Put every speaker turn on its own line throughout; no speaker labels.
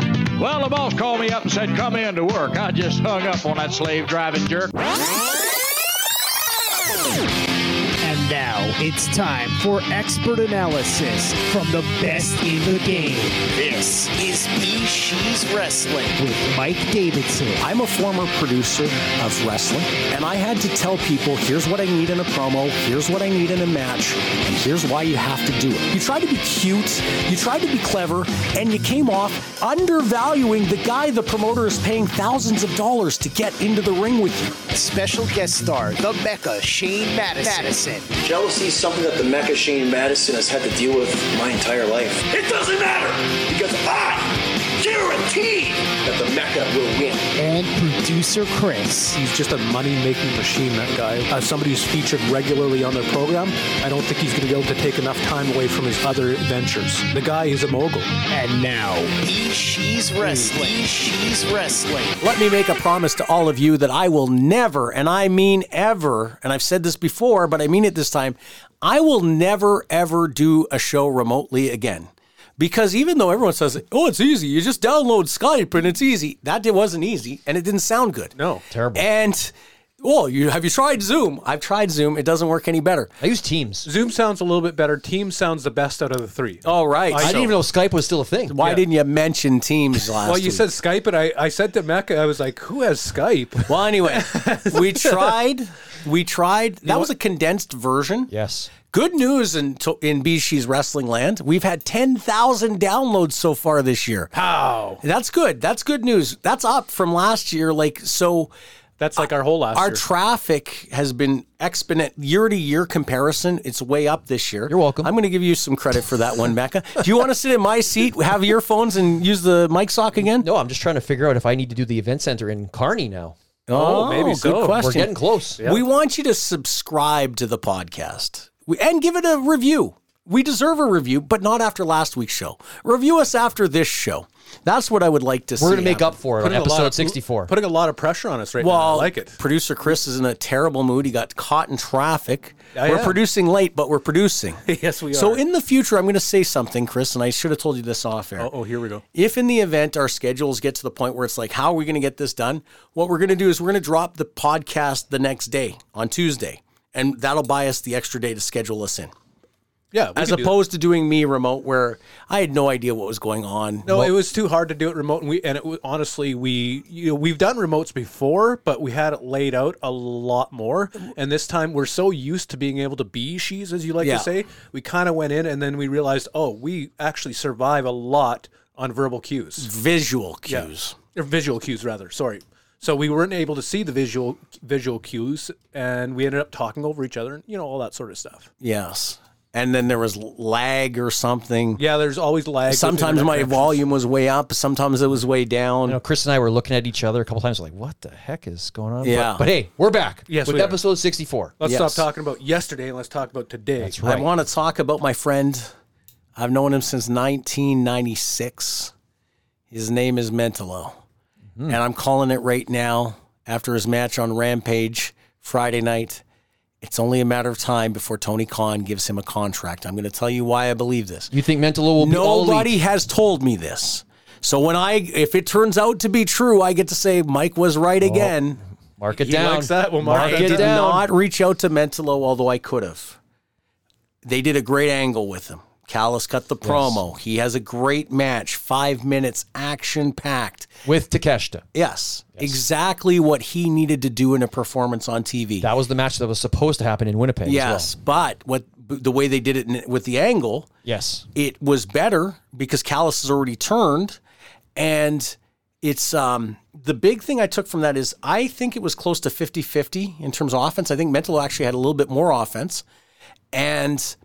the boss called me up and said, come in to work. I just hung up on that slave driving jerk.
And now it's time for expert analysis from the best in the game. This is B She's Wrestling with Mike Davidson.
I'm a former producer of wrestling, and I had to tell people here's what I need in a promo, here's what I need in a match, and here's why you have to do it. You tried to be cute, you tried to be clever, and you came off undervaluing the guy the promoter is paying thousands of dollars to get into the ring with you.
Special guest star, the Mecca Shane Madison.
Jealousy is something that the Mecca Shane Madison has had to deal with my entire life. It doesn't matter because I guarantee that the Mecca will win.
and producer Chris.
He's just a money making machine, that guy. As somebody who's featured regularly on their program, I don't think he's going to be able to take enough time away from his other ventures. The guy is a mogul.
And now, E She's Wrestling. E She's Wrestling.
Let me make a promise to all of you that I will never, and I mean ever, and I've said this before, but I mean it this time, I will never, ever do a show remotely again. Because even though everyone says, oh, it's easy, you just download Skype and it's easy, that it wasn't easy and it didn't sound good.
No.
Terrible.
And, well, you have you tried Zoom? I've tried Zoom. It doesn't work any better.
I use Teams.
Zoom sounds a little bit better. Team sounds the best out of the three.
All right.
I
so
didn't even know Skype was still a thing.
why didn't you mention Teams last
well, you
week?
said Skype, and I, I said to Mecca, I was like, who has Skype?
Well, anyway, we tried. We tried. That was a condensed version.
Yes.
Good news in to- in Bishi's wrestling land. We've had ten thousand downloads so far this year.
Wow.
That's good. That's good news. That's up from last year. Like so,
That's like our whole last
our
year.
traffic has been exponent year to year comparison. It's way up this year.
You're welcome.
I'm going to give you some credit for that one, Becca. Do you want to sit in my seat, have earphones, and use the mic sock again?
No, Oh, I'm just trying to figure out if I need to do the event center in Kearney now.
Oh,
maybe
good
so. We're
question.
We're getting close.
We want you to subscribe to the podcast We- and give it a review. We deserve a review, but not after last week's show. Review us after this show. That's what I would like to see.
We're going to make
happen.
up for it on
Putting a lot
episode
of-
64.
Putting a lot of pressure on us right
Well,
now. I like it.
Producer Chris is in a terrible mood. He got caught in traffic.
I
we're
am.
producing late, but we're producing.
Yes, we
So
are.
in the future, I'm going to say something, Chris, and I should have told you this off air.
Oh, here we go.
if in the event our schedules get to the point where it's like, how are we going to get this done? What we're going to do is we're going to drop the podcast the next day on Tuesday, and that'll buy us the extra day to schedule us in,
Yeah. we
as
can do that.
opposed to doing me remote where I had no idea what was going on.
No,
Well,
it was too hard to do it remote, and we and it, wa- honestly, we you know we've done remotes before, but we had it laid out a lot more. And this time, we're so used to being able to be she's, as you like
Yeah.
to say, we kind of went in, and then we realized, oh, we actually survive a lot on verbal cues,
visual cues.
or visual cues rather. Sorry. So we weren't able to see the visual visual cues, and we ended up talking over each other, and you know all that sort of stuff.
Yes. And then there was lag or something.
Yeah, there's always lag. with
Sometimes
internet
my
connections.
volume was way up, sometimes it was way down.
You know, Chris and I were looking at each other a couple times, like, what the heck is going on? But-
Yeah.
But, hey, we're back.
Yes,
With
we are.
episode 64.
Let's
Yes.
stop talking about yesterday and let's talk about today.
That's right.
I want to talk about my friend. I've known him since 1996. His name is Mentolo. And I'm calling it right now after his match on Rampage Friday night. It's only a matter of time before Tony Khan gives him a contract. I'm going to tell you why I believe this.
you think Mentolo will be all elite?
Nobody has told me this. So when I if it turns out to be true, I get to say Mike was right again.
Mark it
He
down.
likes that. We'll mark
I
that
did
down.
down.
not reach out to Mentolo, although I could have. They did a great angle with him. Callis cut the promo. He has a great match, five minutes, action packed.
With Takeshita.
Yes, exactly what he needed to do in a performance on TV.
That was the match that was supposed to happen in Winnipeg.
yes,
As well.
but what the way they did it in- with the angle,
Yes.
it was better because Callis has already turned, and it's um, the big thing I took from that is I think it was close to 50-50 in terms of offense. I think Mentolo actually had a little bit more offense, and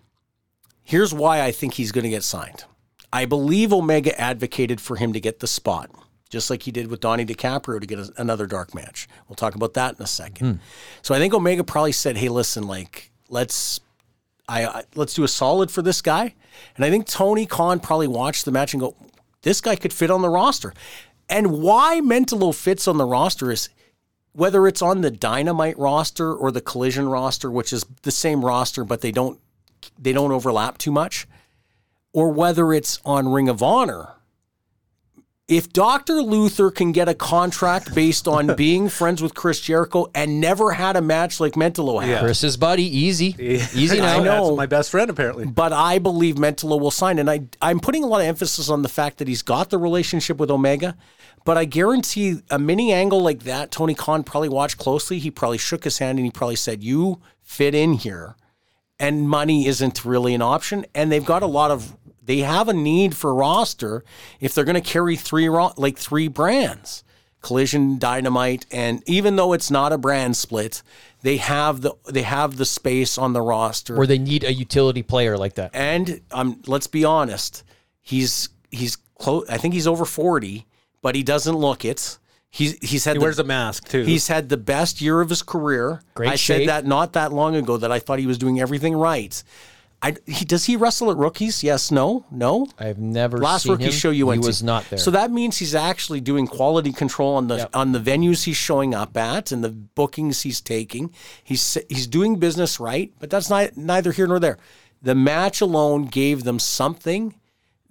here's why I think he's going to get signed. I believe Omega advocated for him to get the spot, just like he did with Donnie DiCaprio to get a- another dark match. We'll talk about that in a second. So I think Omega probably said, "Hey, listen, like let's I, I let's do a solid for this guy. And I think Tony Khan probably watched the match and go, this guy could fit on the roster. And why Mentolo fits on the roster is whether it's on the Dynamite roster or the Collision roster, which is the same roster but they don't they don't overlap too much, or whether it's on Ring of Honor. If Dr. Luther can get a contract based on being friends with Chris Jericho and never had a match like Mentolo had,
Chris's buddy, easy, easy
I
now.
know.
know.
That's my best friend, apparently.
but I believe Mentolo will sign. And I, I'm putting a lot of emphasis on the fact that he's got the relationship with Omega, but I guarantee a mini angle like that, Tony Khan probably watched closely. He probably shook his hand and he probably said, You fit in here. And money isn't really an option. And they've got a lot of, they have a need for a roster if they're going to carry three, ro- like three brands. Collision, Dynamite, and even though it's not a brand split, they have the they have the space on the roster
Where they need a utility player like that.
and um, let's be honest, he's he's close. I think he's over forty, but he doesn't look it. He's he's had
He
the,
wears a mask, too.
he's had the best year of his career.
Great
I
shape.
said that not that long ago that I thought he was doing everything right. I, he, does he wrestle at rookies? Yes, no, no.
I've never
Last
seen
rookie
him.
show you went
He
to.
was not there.
So that means he's actually doing quality control on the on the venues he's showing up at and the bookings he's taking. He's he's doing business right, but that's not neither here nor there. The match alone gave them something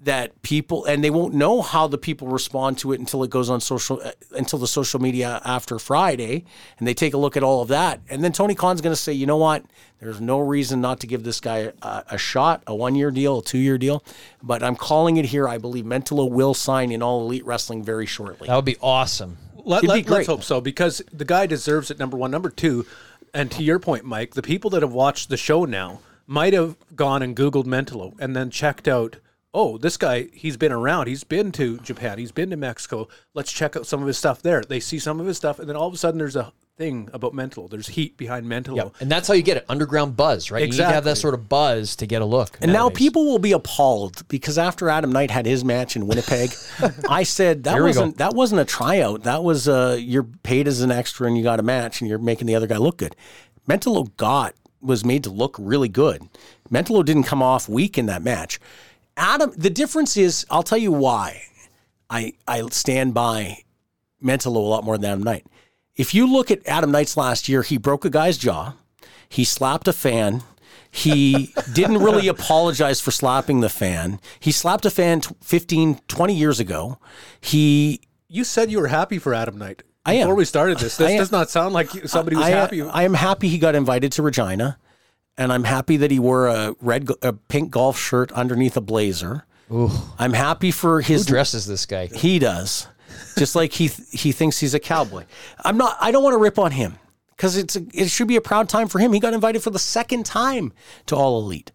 that people and they won't know how the people respond to it until it goes on social uh, until the social media after Friday and they take a look at all of that and then Tony Khan's going to say you know what there's no reason not to give this guy a, a shot a one year deal a two year deal but I'm calling it here I believe Mentolo will sign in all elite wrestling very shortly
that would be awesome.
Let,
It'd be
let,
great.
us hope so because the guy deserves it. Number one, number two, and to your point, Mike, the people that have watched the show now might have gone and Googled Mentolo and then checked out. Oh, this guy, he's been around. He's been to Japan. He's been to Mexico. Let's check out some of his stuff there. They see some of his stuff, and then all of a sudden, there's a thing about Mentolo. There's heat behind Mentolo.
And that's how you get it underground buzz, right? You need to have that
Exactly.
sort of buzz to get a look.
And now
nowadays.
people will be appalled because after Adam Knight had his match in Winnipeg, I said that wasn't that wasn't a tryout. That was uh, you're paid as an extra and you got a match and you're making the other guy look good. Mentolo got was made to look really good. Mentolo didn't come off weak in that match. Adam, the difference is I'll tell you why. I I stand by Mentolo a lot more than Adam Knight. If you look at Adam Knight's last year, he broke a guy's jaw. He slapped a fan. He didn't really apologize for slapping the fan. He slapped a fan t- 15, 20 years ago. He,
You said you were happy for Adam Knight.
I am.
Before we started this, this
I am.
does not sound like you- somebody was
I,
happy.
I am happy he got invited to Regina, and I'm happy that he wore a red, go- a pink golf shirt underneath a blazer. I'm happy for
who
his
dresses this guy?
He does. Just like he he thinks he's a cowboy. I'm not I don't want to rip on him cuz it's a, it should be a proud time for him. He got invited for the second time to All Elite.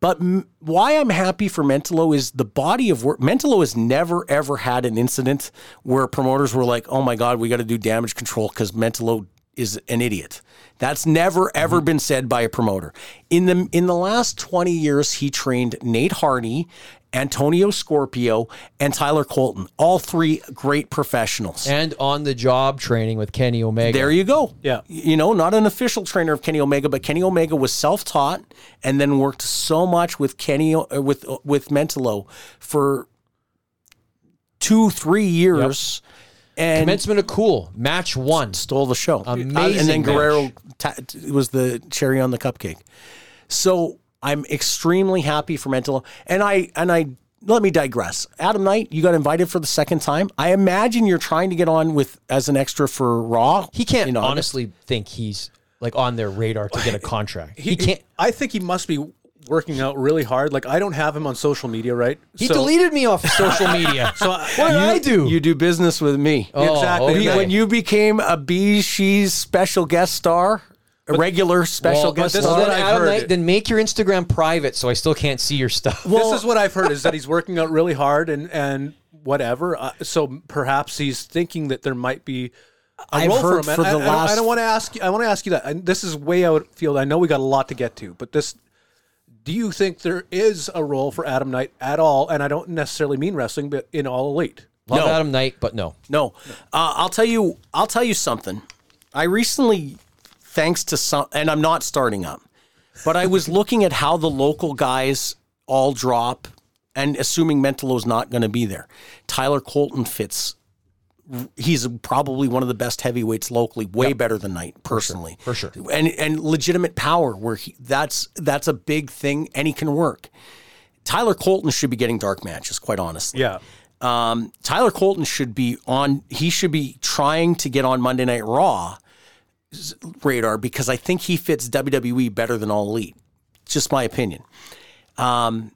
But m- why I'm happy for Mentolo is the body of work. Mentolo has never ever had an incident where promoters were like, "Oh my god, we got to do damage control cuz Mentolo is an idiot." That's never ever been said by a promoter. In the in the last 20 years, he trained Nate Hardy, Antonio Scorpio, and Tyler Colton, all three great professionals.
And on the job training with Kenny Omega.
There you go.
Yeah.
You know, not an official trainer of Kenny Omega, but Kenny Omega was self-taught and then worked so much with Kenny uh, with with Mentolo for 2 3 years and
Commencement of cool. Match one.
stole the show.
Amazing
and then Guerrero
match.
ta- was the cherry on the cupcake. So, I'm extremely happy for Mentolo and I and I let me digress. Adam Knight, you got invited for the second time. I imagine you're trying to get on with as an extra for Raw.
He can't
in August.
honestly think he's like on their radar to get a contract. He,
He-
can't.
I think he must be working out really hard. Like I don't have him on social media, right?
He deleted me off of social media.
So I-
what
you-
did I do?
You do business with me.
Oh,
Exactly.
okay.
He-
When you became a Bee She's special guest star, a regular special
well,
guest
this
well,
is
star.
then
what I've
Adam
heard.
Knight, then make your Instagram private so I still can't see your stuff.
this is what I've heard is that he's working out really hard and and whatever. Uh, so perhaps he's thinking that there might be. a
I've
role
heard
for, him.
for
and I,
the
I don't- I
last-
don't, want to ask you. I want to ask you that. And this is way out field. I know we got a lot to get to, but this. Do you think there is a role for Adam Knight at all? And I don't necessarily mean wrestling, but in all elite.
No.
Love Adam Knight, but no.
No, uh, I'll tell you. I'll tell you something. I recently, thanks to some, and I'm not starting up, but I was looking at how the local guys all drop, and assuming Mentolo's not going to be there, Tyler Colton fits. He's probably one of the best heavyweights locally, way better than Knight personally, for sure. And and legitimate power, where he that's that's a big thing, and he can work. Tyler Colton should be getting dark matches, quite honestly.
Yeah.
Um, Tyler Colton should be on. He should be trying to get on Monday Night Raw radar because I think he fits WWE better than All Elite. Just my opinion. Um,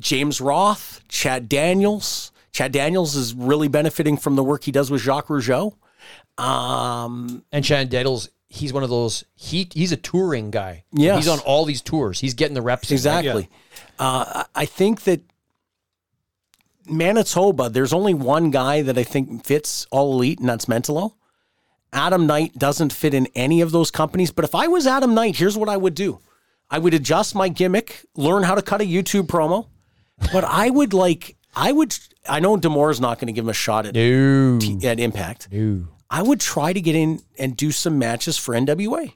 James Roth, Chad Daniels. Chad Daniels is really benefiting from the work he does with Jacques Rougeau. Um,
And Shannon Dedels, he's one of those. He he's a touring guy.
Yes.
he's on all these tours. He's getting the reps. in, right?
exactly. Uh, I I think that Manitoba, there's only one guy that I think fits all elite, and that's Mentolo. Adam Knight doesn't fit in any of those companies. But if I was Adam Knight, here's what I would do I would adjust my gimmick, learn how to cut a YouTube promo, but I would like, I would, I know Demore's not going to give him a shot at,
No,
at Impact.
no.
I would try to get in and do some matches for NWA.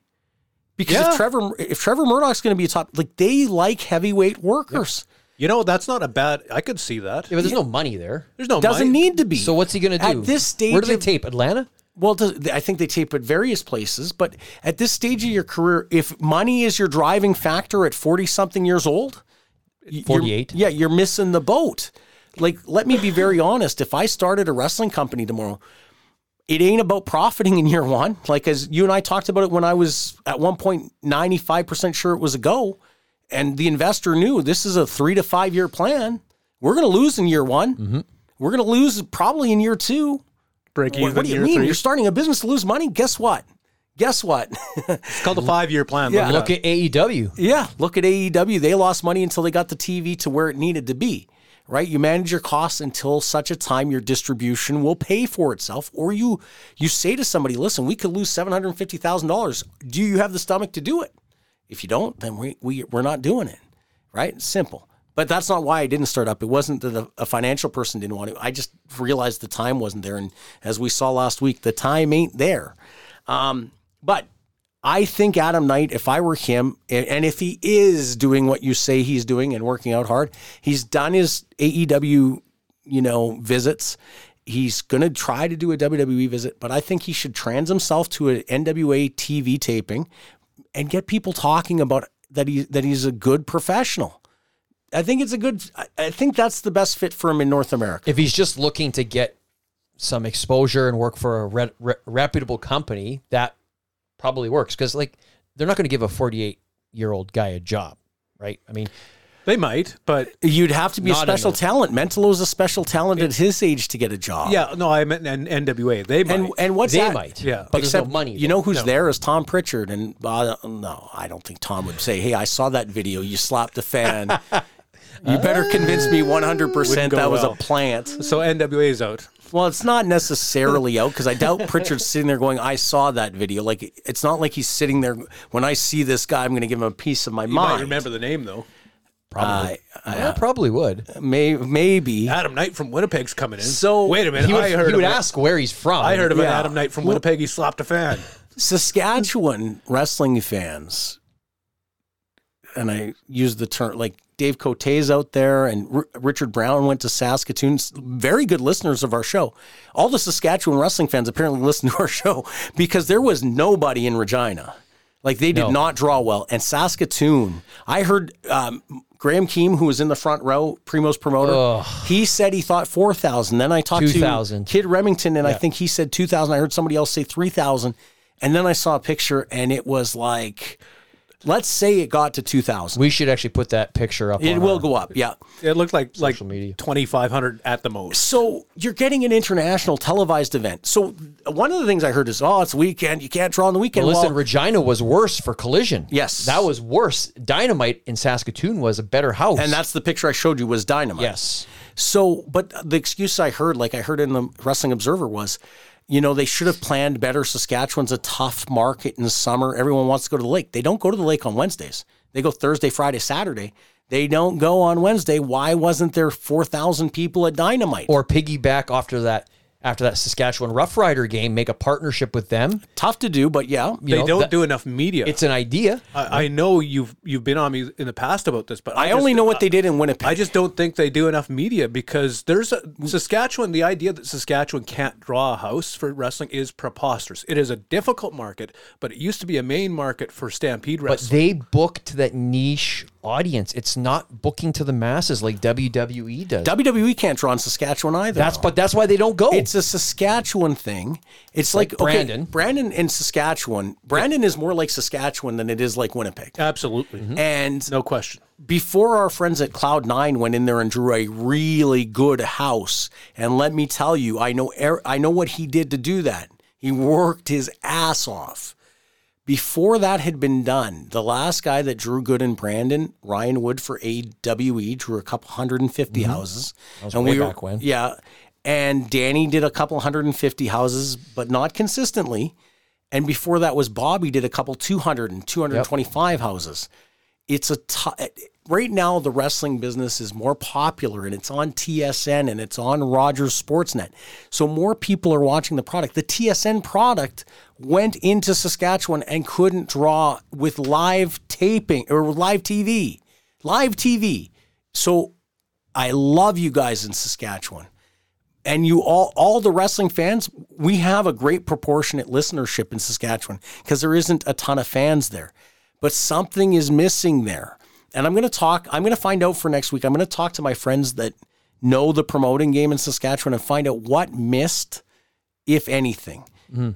Because
Yeah.
if Trevor if Trevor Murdoch's going to be a top, like they like heavyweight workers.
You know, that's not a bad. I could see that.
Yeah, but there's no money there.
There's no
Doesn't
money.
need to be.
Oh, So what's he going to do
At this stage
Where do they
of-
tape Atlanta?
Well, does- I think they tape at various places, but at this stage of your career, if money is your driving factor at forty something years old, you're-
48.
yeah, you're missing the boat. Like, let me be very honest. If I started a wrestling company tomorrow, it ain't about profiting in year one. Like as you and I talked about it when I was at one point ninety five percent sure it was a go, and the investor knew this is a three to five year plan. We're going to lose in year one. We're going to lose probably in year two.
Mm-hmm. break
What,
even.
what do you
year
mean?
three.
You're starting a business to lose money? Guess what? Guess what?
It's called a five-year plan.
Yeah.
it
Look
up.
at E AEW.
yeah. Look at AEW. They lost money until they got the TV to where it needed to be, right? You manage your costs until such a time your distribution will pay for itself, or you you say to somebody, "Listen, we could lose seven hundred fifty thousand dollars. Do you have the stomach to do it? If you don't, then we, we we're not doing it, right? Simple." But that's not why I didn't start up. It wasn't that a- a financial person didn't want to. I just realized the time wasn't there, and as we saw last week, the time ain't there. Um, but I think Adam Knight, if I were him, and, and if he is doing what you say he's doing and working out hard, he's done his AEW, you know, visits. He's going to try to do a WWE visit, but I think he should trans himself to an NWA TV taping and get people talking about that he that he's a good professional. I think it's a good. I, I think that's the best fit for him in North America.
If he's just looking to get some exposure and work for a re- re- reputable company, that probably works because like they're not going to give a 48 year old guy a job, right? I mean,
They might, but
You'd have to be a
Not
special
enough.
talent. Mentalo's a special talent at his age to get a job.
yeah, no, I meant N- NWA. They might.
And and what's
they
that?
might,
Yeah.
but
Except
there's no money.
You know who's there is Tom Pritchard, and uh, no, I don't think Tom would say, "Hey, I saw that video. You slapped a fan. you better convince me 100
Wouldn't
percent
go
that was a
well.
plant."
so NWA is out.
Well, it's not necessarily out because I doubt Pritchard's sitting there going, "I saw that video." Like it's not like he's sitting there. When I see this guy, I'm going to give him a piece of my
You
mind.
might remember the name though.
I,
there. I probably would.
may, maybe.
Adam Knight from Winnipeg's coming in.
So-
wait a minute,
he would,
I heard.
he would
of a-
ask where he's from.
I heard of an
Yeah.
Adam Knight from Winnipeg. He slapped a fan.
Saskatchewan wrestling fans, and I use the term like Dave Cote's out there, and R- Richard Brown went to Saskatoon. S- Very good listeners of our show. All the Saskatchewan wrestling fans apparently listen to our show because there was nobody in Regina. Like they did
No.
not draw well. And Saskatoon, I heard um, Graham Keem, who was in the front row, Primo's promoter, he said he thought 4,000. Then I talked to
2,000.
Kid Remington, and I think he said 2,000. I heard somebody else say 3,000. And then I saw a picture, and it was like, let's say it got to 2,000.
We should actually put that picture up.
It
on
will
our-
go up, yeah.
It looked like like
Social media.
twenty five hundred at the most.
So you're getting an international televised event. So one of the things I heard is, oh, it's weekend. You can't draw on the weekend.
Listen,
Well,
Regina was worse for collision.
Yes.
that was worse. Dynamite in Saskatoon was a better house,
and that's the picture I showed you was dynamite.
yes.
So, but the excuse I heard, like I heard in the Wrestling Observer, was, you know, they should have planned better. Saskatchewan's a tough market in the summer. Everyone wants to go to the lake. They don't go to the lake on Wednesdays. They go Thursday, Friday, Saturday. They don't go on Wednesday. Why wasn't there four thousand people at Dynamite?
Or piggyback after that after that Saskatchewan Rough Rider game, make a partnership with them.
Tough to do, but yeah,
You
They
know,
don't
that-
do enough media.
It's an idea.
I, I know you've you've been on me in the past about this, but I,
I only
just-
know what they did in Winnipeg.
I just don't think they do enough media because there's a, Saskatchewan. The idea that Saskatchewan can't draw a house for wrestling is preposterous. It is a difficult market, but it used to be a main market for Stampede
But
wrestling.
they booked that niche audience. It's not booking to the masses like WWE does.
WWE E can't draw in Saskatchewan either.
that's but that's why they don't go.
It's a Saskatchewan thing. It's like,
Like
okay,
Brandon.
Brandon and Saskatchewan. Brandon is more like Saskatchewan than it is like Winnipeg.
Absolutely.
And
No question.
before our friends at Cloud Nine went in there and drew a really good house, and let me tell you, I know er- I know what he did to do that. He worked his ass off. Before that had been done, the last guy that drew good in Brandon, Ryan Wood for AWE, E, drew a couple hundred and fifty houses. and
Mm-hmm. way
were-
back when.
Yeah. And Danny did a couple hundred and fifty houses, but not consistently. And before that was Bobby did a couple 200 and 225 houses. It's a t- right now the wrestling business is more popular and it's on TSN and it's on Rogers Sportsnet. So more people are watching the product. The TSN product went into Saskatchewan and couldn't draw with live taping or live TV. Live TV. So I love you guys in Saskatchewan and you all all the wrestling fans we have a great proportionate listenership in Saskatchewan because there isn't a ton of fans there but something is missing there and I'm going to talk I'm going to find out for next week I'm going to talk to my friends that know the promoting game in Saskatchewan and find out what missed if anything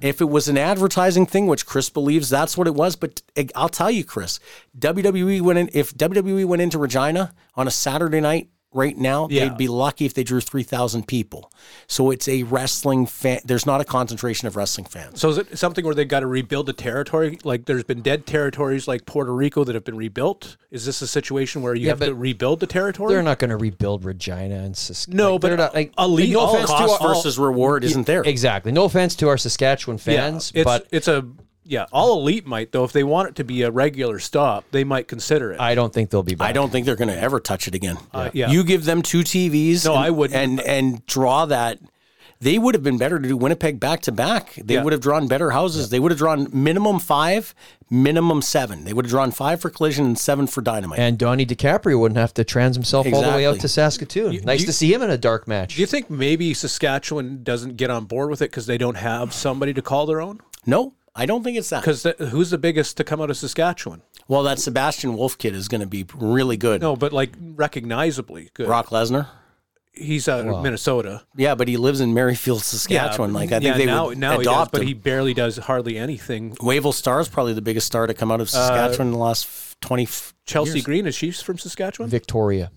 if it was an advertising thing which Chris believes that's what it was but eh, I'll tell you Chris WWE went in if WWE went into Regina on a Saturday night right now
Yeah.
they'd be lucky if they drew 3,000 people. So it's a wrestling fan. There's not a concentration of wrestling fans.
So is it something where they've got to rebuild the territory? Like there's been dead territories like Puerto Rico that have been rebuilt. Is this a situation where you have
but
to rebuild the territory?
they're not going to rebuild Regina and Saskatchewan.
No, but
they're not like
a league-
no
all
offense to
Cost
our,
versus reward isn't there.
exactly. No offense to our Saskatchewan
Yeah,
fans,
it's,
but
it's a yeah. All elite might though, if they want it to be a regular stop, they might consider it.
I don't think they'll be. Back.
I don't think they're going to ever touch it again.
Uh, yeah.
You give them two TVs.
No,
and,
I wouldn't.
And and draw that. They would have been better to do Winnipeg back to back. They
Yeah.
would have drawn better houses. They would have drawn minimum five, minimum seven. They would have drawn five for collision and seven for dynamite.
And Donnie DiCaprio wouldn't have to trans himself all the way out
Exactly.
to Saskatoon. nice
you-
to see him in a dark match.
Do you think maybe Saskatchewan doesn't get on board with it because they don't have somebody to call their own?
no, I don't think it's that.
Because who's the biggest to come out of Saskatchewan?
Well, that Sebastian Wolf kid is going to be really good.
No, but like recognizably good.
Brock Lesnar.
He's out of Minnesota.
Yeah, but he lives in Merrifield, Saskatchewan. like I think
yeah,
they
now,
would
now
adopt
he does, but he
him.
barely does hardly anything.
Wavell Star is probably the biggest star to come out of Saskatchewan in the last f- twenty. f-
Uh, Chelsea Green is she from Saskatchewan?
Victoria,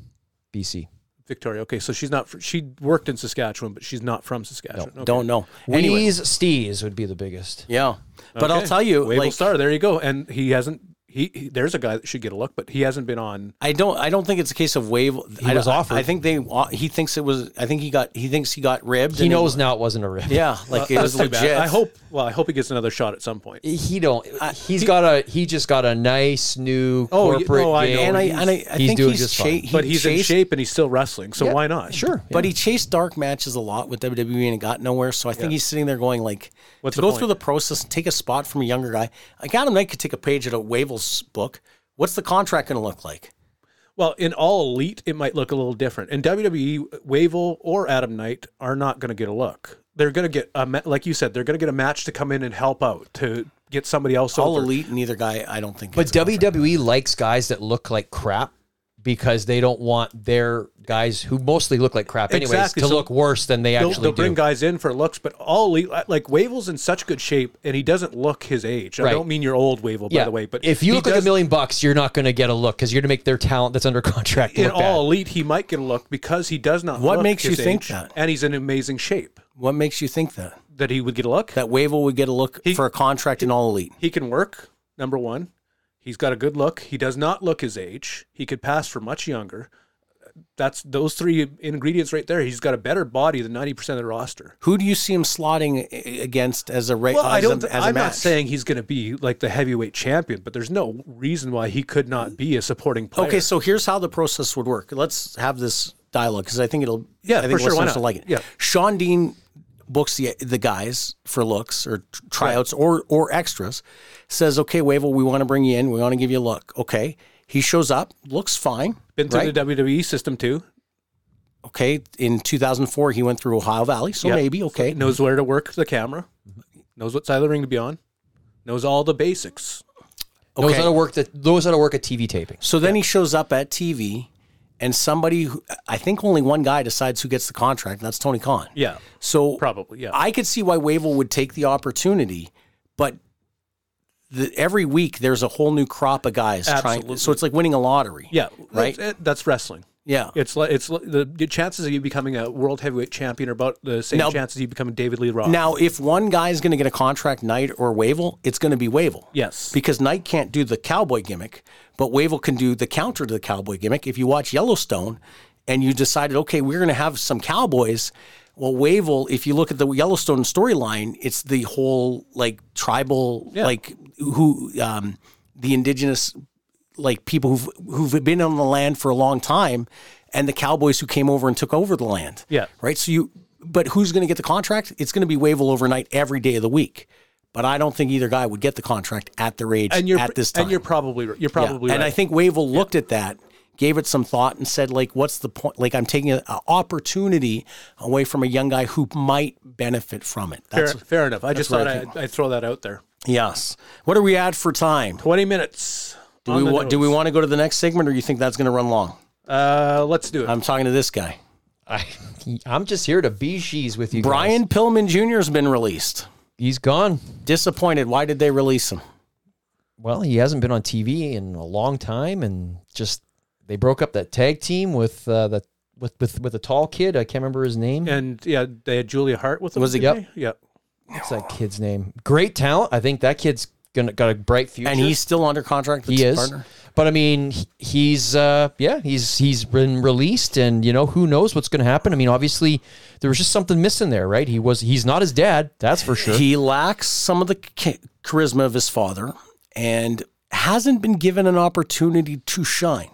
BC.
Victoria. Okay, so she's not. Fr- she worked in Saskatchewan, but she's not from Saskatchewan. Okay.
Don't know. Anyway,
Wheeze Stees would be the biggest.
yeah, but I'll
Okay.
tell you,
Wavell
like
Star. There you go. And he hasn't. He, he there's a guy that should get a look, but he hasn't been on.
I don't. I don't think it's a case of Wave. I,
was
I-
offered.
I think they. wa- He thinks it was. I think he got. He thinks he got ribbed.
He
and
knows now it wasn't a rip.
yeah, like it was
Uh, That's too bad.
legit.
I hope. Well, I hope he gets another shot at some point.
He don't. He's got a. He just got a nice new
Oh, y-
corporate.
no, I know.
gig.
And I and I, I
he's
think
doing
he's
just
cha-
fine.
he
but he's in
chased-
shape and he's still wrestling, so why not?
Sure,
But he chased dark matches a lot with WWE and it got nowhere. So I think he's sitting there going like,
What's
to
the
go
point?
through the process and take a spot from a younger guy. Like Adam Knight could take a page out of Wavell's book. What's the contract going to look like?
Well, in all elite, it might look a little different. In WWE, E, Wavell or Adam Knight are not going to get a look. They're going to get a ma- like you said. They're going to get a match to come in and help out to get somebody else
All
over.
elite, neither guy. I don't think.
But
gets a contract.
E
WWE E likes guys that look like crap because they don't want their guys who mostly look like crap anyways
Exactly,
to
so
look worse than they
They'll,
actually
they'll bring
do.
guys in for looks, but all elite, like Wavell's in such good shape, and he doesn't look his age. I
Right.
don't mean you're old Wavell, by
yeah.
the way. But
if you
he
look like a
does-
million bucks, you're not going to get a look because you're going to make their talent that's under contract
in
look bad.
all elite, he might get a look because he does not.
What
look
makes you
his
think
age,
that?
And he's in amazing shape
what makes you think that
that he would get a look.
that Wavell would get a look
He-
for a contract in all elite?
He can work, number one. He's got a good look. He does not look his age. He could pass for much younger. That's those three ingredients right there. He's got a better body than ninety percent of the roster.
Who do you see him slotting a- against as a ra-
Well,
as,
I don't.
a, as a
I'm
match?
not saying he's going to be like the heavyweight champion, but there's no reason why he could not be a supporting player.
Okay, so here's how the process would work. Let's have this dialogue because I think it'll.
Yeah,
I think
for sure, why
listeners will
not?
like it.
Yeah.
Sean Dean books the the guys for looks or tr- tryouts or or extras. Says, okay, Wavell, we want to bring you in. We want to give you a look. Okay, he shows up, looks fine.
been through
right?
the WWE system too.
okay, in 2004 he went through Ohio Valley, so
Yeah.
Oh, maybe okay. Mm-hmm.
Knows where to work the camera. Knows what side of the ring to be on. Knows all the basics.
Knows
Okay.
how to work the knows how to work a TV taping.
So then he shows up at TV, and somebody, who, I think only one guy decides who gets the contract, and that's Tony Khan.
Yeah.
So
Probably, yeah.
I could see why Wavell would take the opportunity, but the, every week there's a whole new crop of guys
Absolutely.
trying. So it's like winning a lottery.
Yeah.
Right?
That's, eh, that's wrestling.
Yeah.
It's like it's like the, the chances of you becoming a world heavyweight champion are about the same
Now-
chances you becoming David Lee Roth.
Now, if one guy is going to get a contract, Knight or Wavell, it's going to be Wavell.
Yes.
Because Knight can't do the cowboy gimmick, but Wavell can do the counter to the cowboy gimmick. If you watch Yellowstone and you decided, okay, we're going to have some cowboys, well, Wavell, if you look at the Yellowstone storyline, it's the whole like tribal, like who, um, the indigenous like people who've who've been on the land for a long time and the cowboys who came over and took over the land.
Yeah.
Right? So you but who's going to get the contract? It's going to be Wavell overnight every day of the week. But I don't think either guy would get the contract at their age
and you're
at this time.
and you're probably you're
Yeah.
probably right.
And I think Wavell looked at that, gave it some thought and said like what's the point like I'm taking an opportunity away from a young guy who might benefit from it.
fair,
That's
fair enough. I just
what
thought
I
I
think.
would I'd throw that out there.
yes. What are we at for time?
Twenty minutes.
Do we wa- do we want to go to the next segment or you think that's going to run long?
Uh, let's do it.
I'm talking to this guy.
I, I'm just here to be she's with you. guys.
Brian Pillman Jr. has been released.
he's gone.
Disappointed. Why did they release him?
Well, he hasn't been on TV in a long time, and just they broke up that tag team with uh, the with with with a tall kid. I can't remember his name.
and yeah, they had Julia Hart with them.
Was it-
didn't they? Yeah.
What's that kid's name? Great talent. I think that kid's gonna got a bright future.
And he's still under contract with
he
his
is.
partner.
But I mean, he- he's uh, yeah, he's he's been released, and you know who knows what's going to happen. I mean, obviously there was just something missing there, right? He was he's not his dad, that's for sure.
He lacks some of the cha- charisma of his father and hasn't been given an opportunity to shine.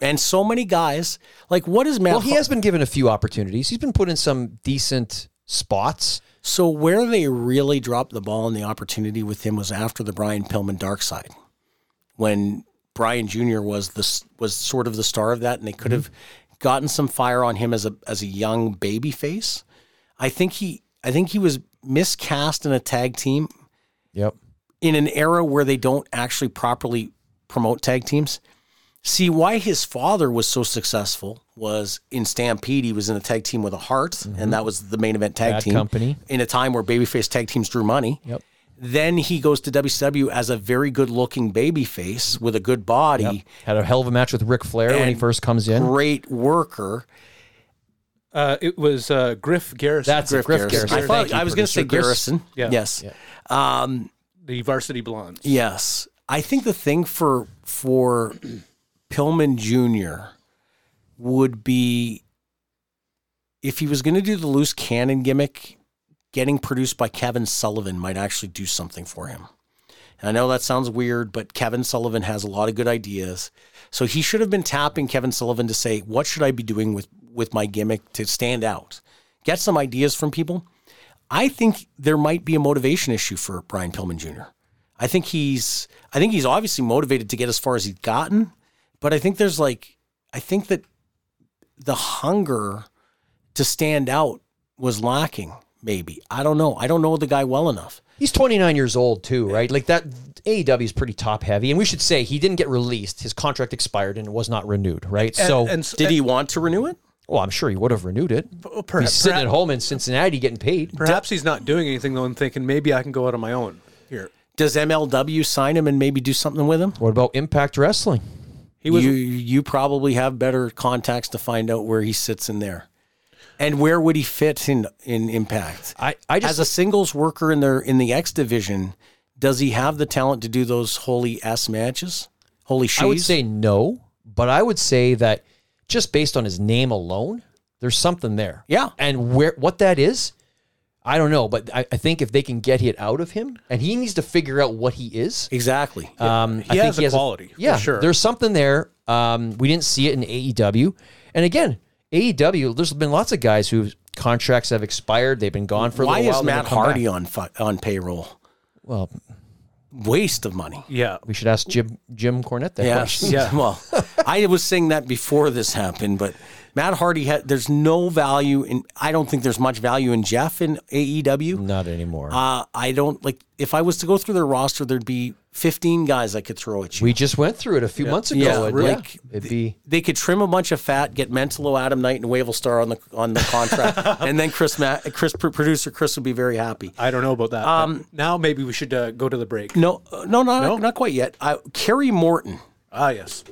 And so many guys, like what is Matt?
well, he
Har-
has been given a few opportunities. He's been put in some decent spots.
so where they really dropped the ball and the opportunity with him was after the Brian Pillman dark side, when Brian Jr. was the s- was sort of the star of that, and they could have gotten some fire on him as a as a young baby face. I think he I think he was miscast in a tag team
Yep.
in an era where they don't actually properly promote tag teams. See why his father was so successful was in Stampede. He was in a tag team with a heart, and that was the main event tag
Mm-hmm. Bad
team
company.
in a time where babyface tag teams drew money.
Yep.
Then he goes to WCW as a very good looking babyface with a good body
Had a hell of a match with Ric Flair when he
And
first comes in.
great worker.
Uh, it was uh, Griff Garrison.
That's Griff, Griff Garrison.
I, thought,
Thank you,
I was going to say
producer Chris.
Garrison.
Yeah.
Yes. Um,
the Varsity Blondes.
Yes. I think the thing for for Pillman Jr. would be if he was going to do the loose cannon gimmick, getting produced by Kevin Sullivan might actually do something for him. And I know that sounds weird, but Kevin Sullivan has a lot of good ideas. So he should have been tapping Kevin Sullivan to say, "What should I be doing with with my gimmick to stand out?" Get some ideas from people. I think there might be a motivation issue for Brian Pillman Jr. I think he's I think he's obviously motivated to get as far as he's gotten, but I think there's like I think that the hunger to stand out was lacking maybe. I don't know. I don't know the guy well enough.
He's 29 years old too, right? Like that AEW is pretty top heavy, and we should say he didn't get released. His contract expired and it was not renewed, right?
And,
so,
and, s-
Did he want to renew it?
well, I'm sure he would have renewed it.
and
He's
Oh, perhaps,
sitting at
perhaps-
home in Cincinnati getting paid.
perhaps he's not doing anything though, and thinking maybe I can go out on my own here.
Does MLW sign him and maybe do something with him?
What about Impact Wrestling?
He was
you you probably have better contacts to find out where he sits in there. And where would he fit in in impact?
I, I just
as a singles worker in their in the X division, does he have the talent to do those holy s matches? Holy she's?
I would say no, but I would say that just based on his name alone, there's something there.
Yeah.
And where what that is, I don't know. But I, I think if they can get it out of him, and he needs to figure out what he is.
exactly.
Um, I
has a quality, for
yeah,
sure.
There's something there. Um, we didn't see it in AEW, and again, AEW. There's been lots of guys whose contracts have expired. They've been gone for a
Why
little while.
is
then they
Matt
come back.
Hardy on fi- on payroll?
Well,
Waste of money.
yeah.
we should ask Jim Jim Cornette that
Yes.
question.
Yeah.
Well, I was saying that before this happened, but Matt Hardy had. There's no value in. I don't think there's much value in Jeff in AEW.
Not anymore.
Uh, I don't like. If I was to go through their roster, there'd be 15 guys I could throw at you.
we just went through it a few months ago.
Yeah,
and
really.
like it'd be
they could trim a bunch of fat, get Mentolo, Adam Knight, and Wavell Star on the on the contract, and then Chris Ma- Chris pr- producer Chris would be very happy.
I don't know about that. Um, now maybe we should uh, go to the break.
No, uh, no, not not quite yet. I, Kerry Morton,
Ah, yes.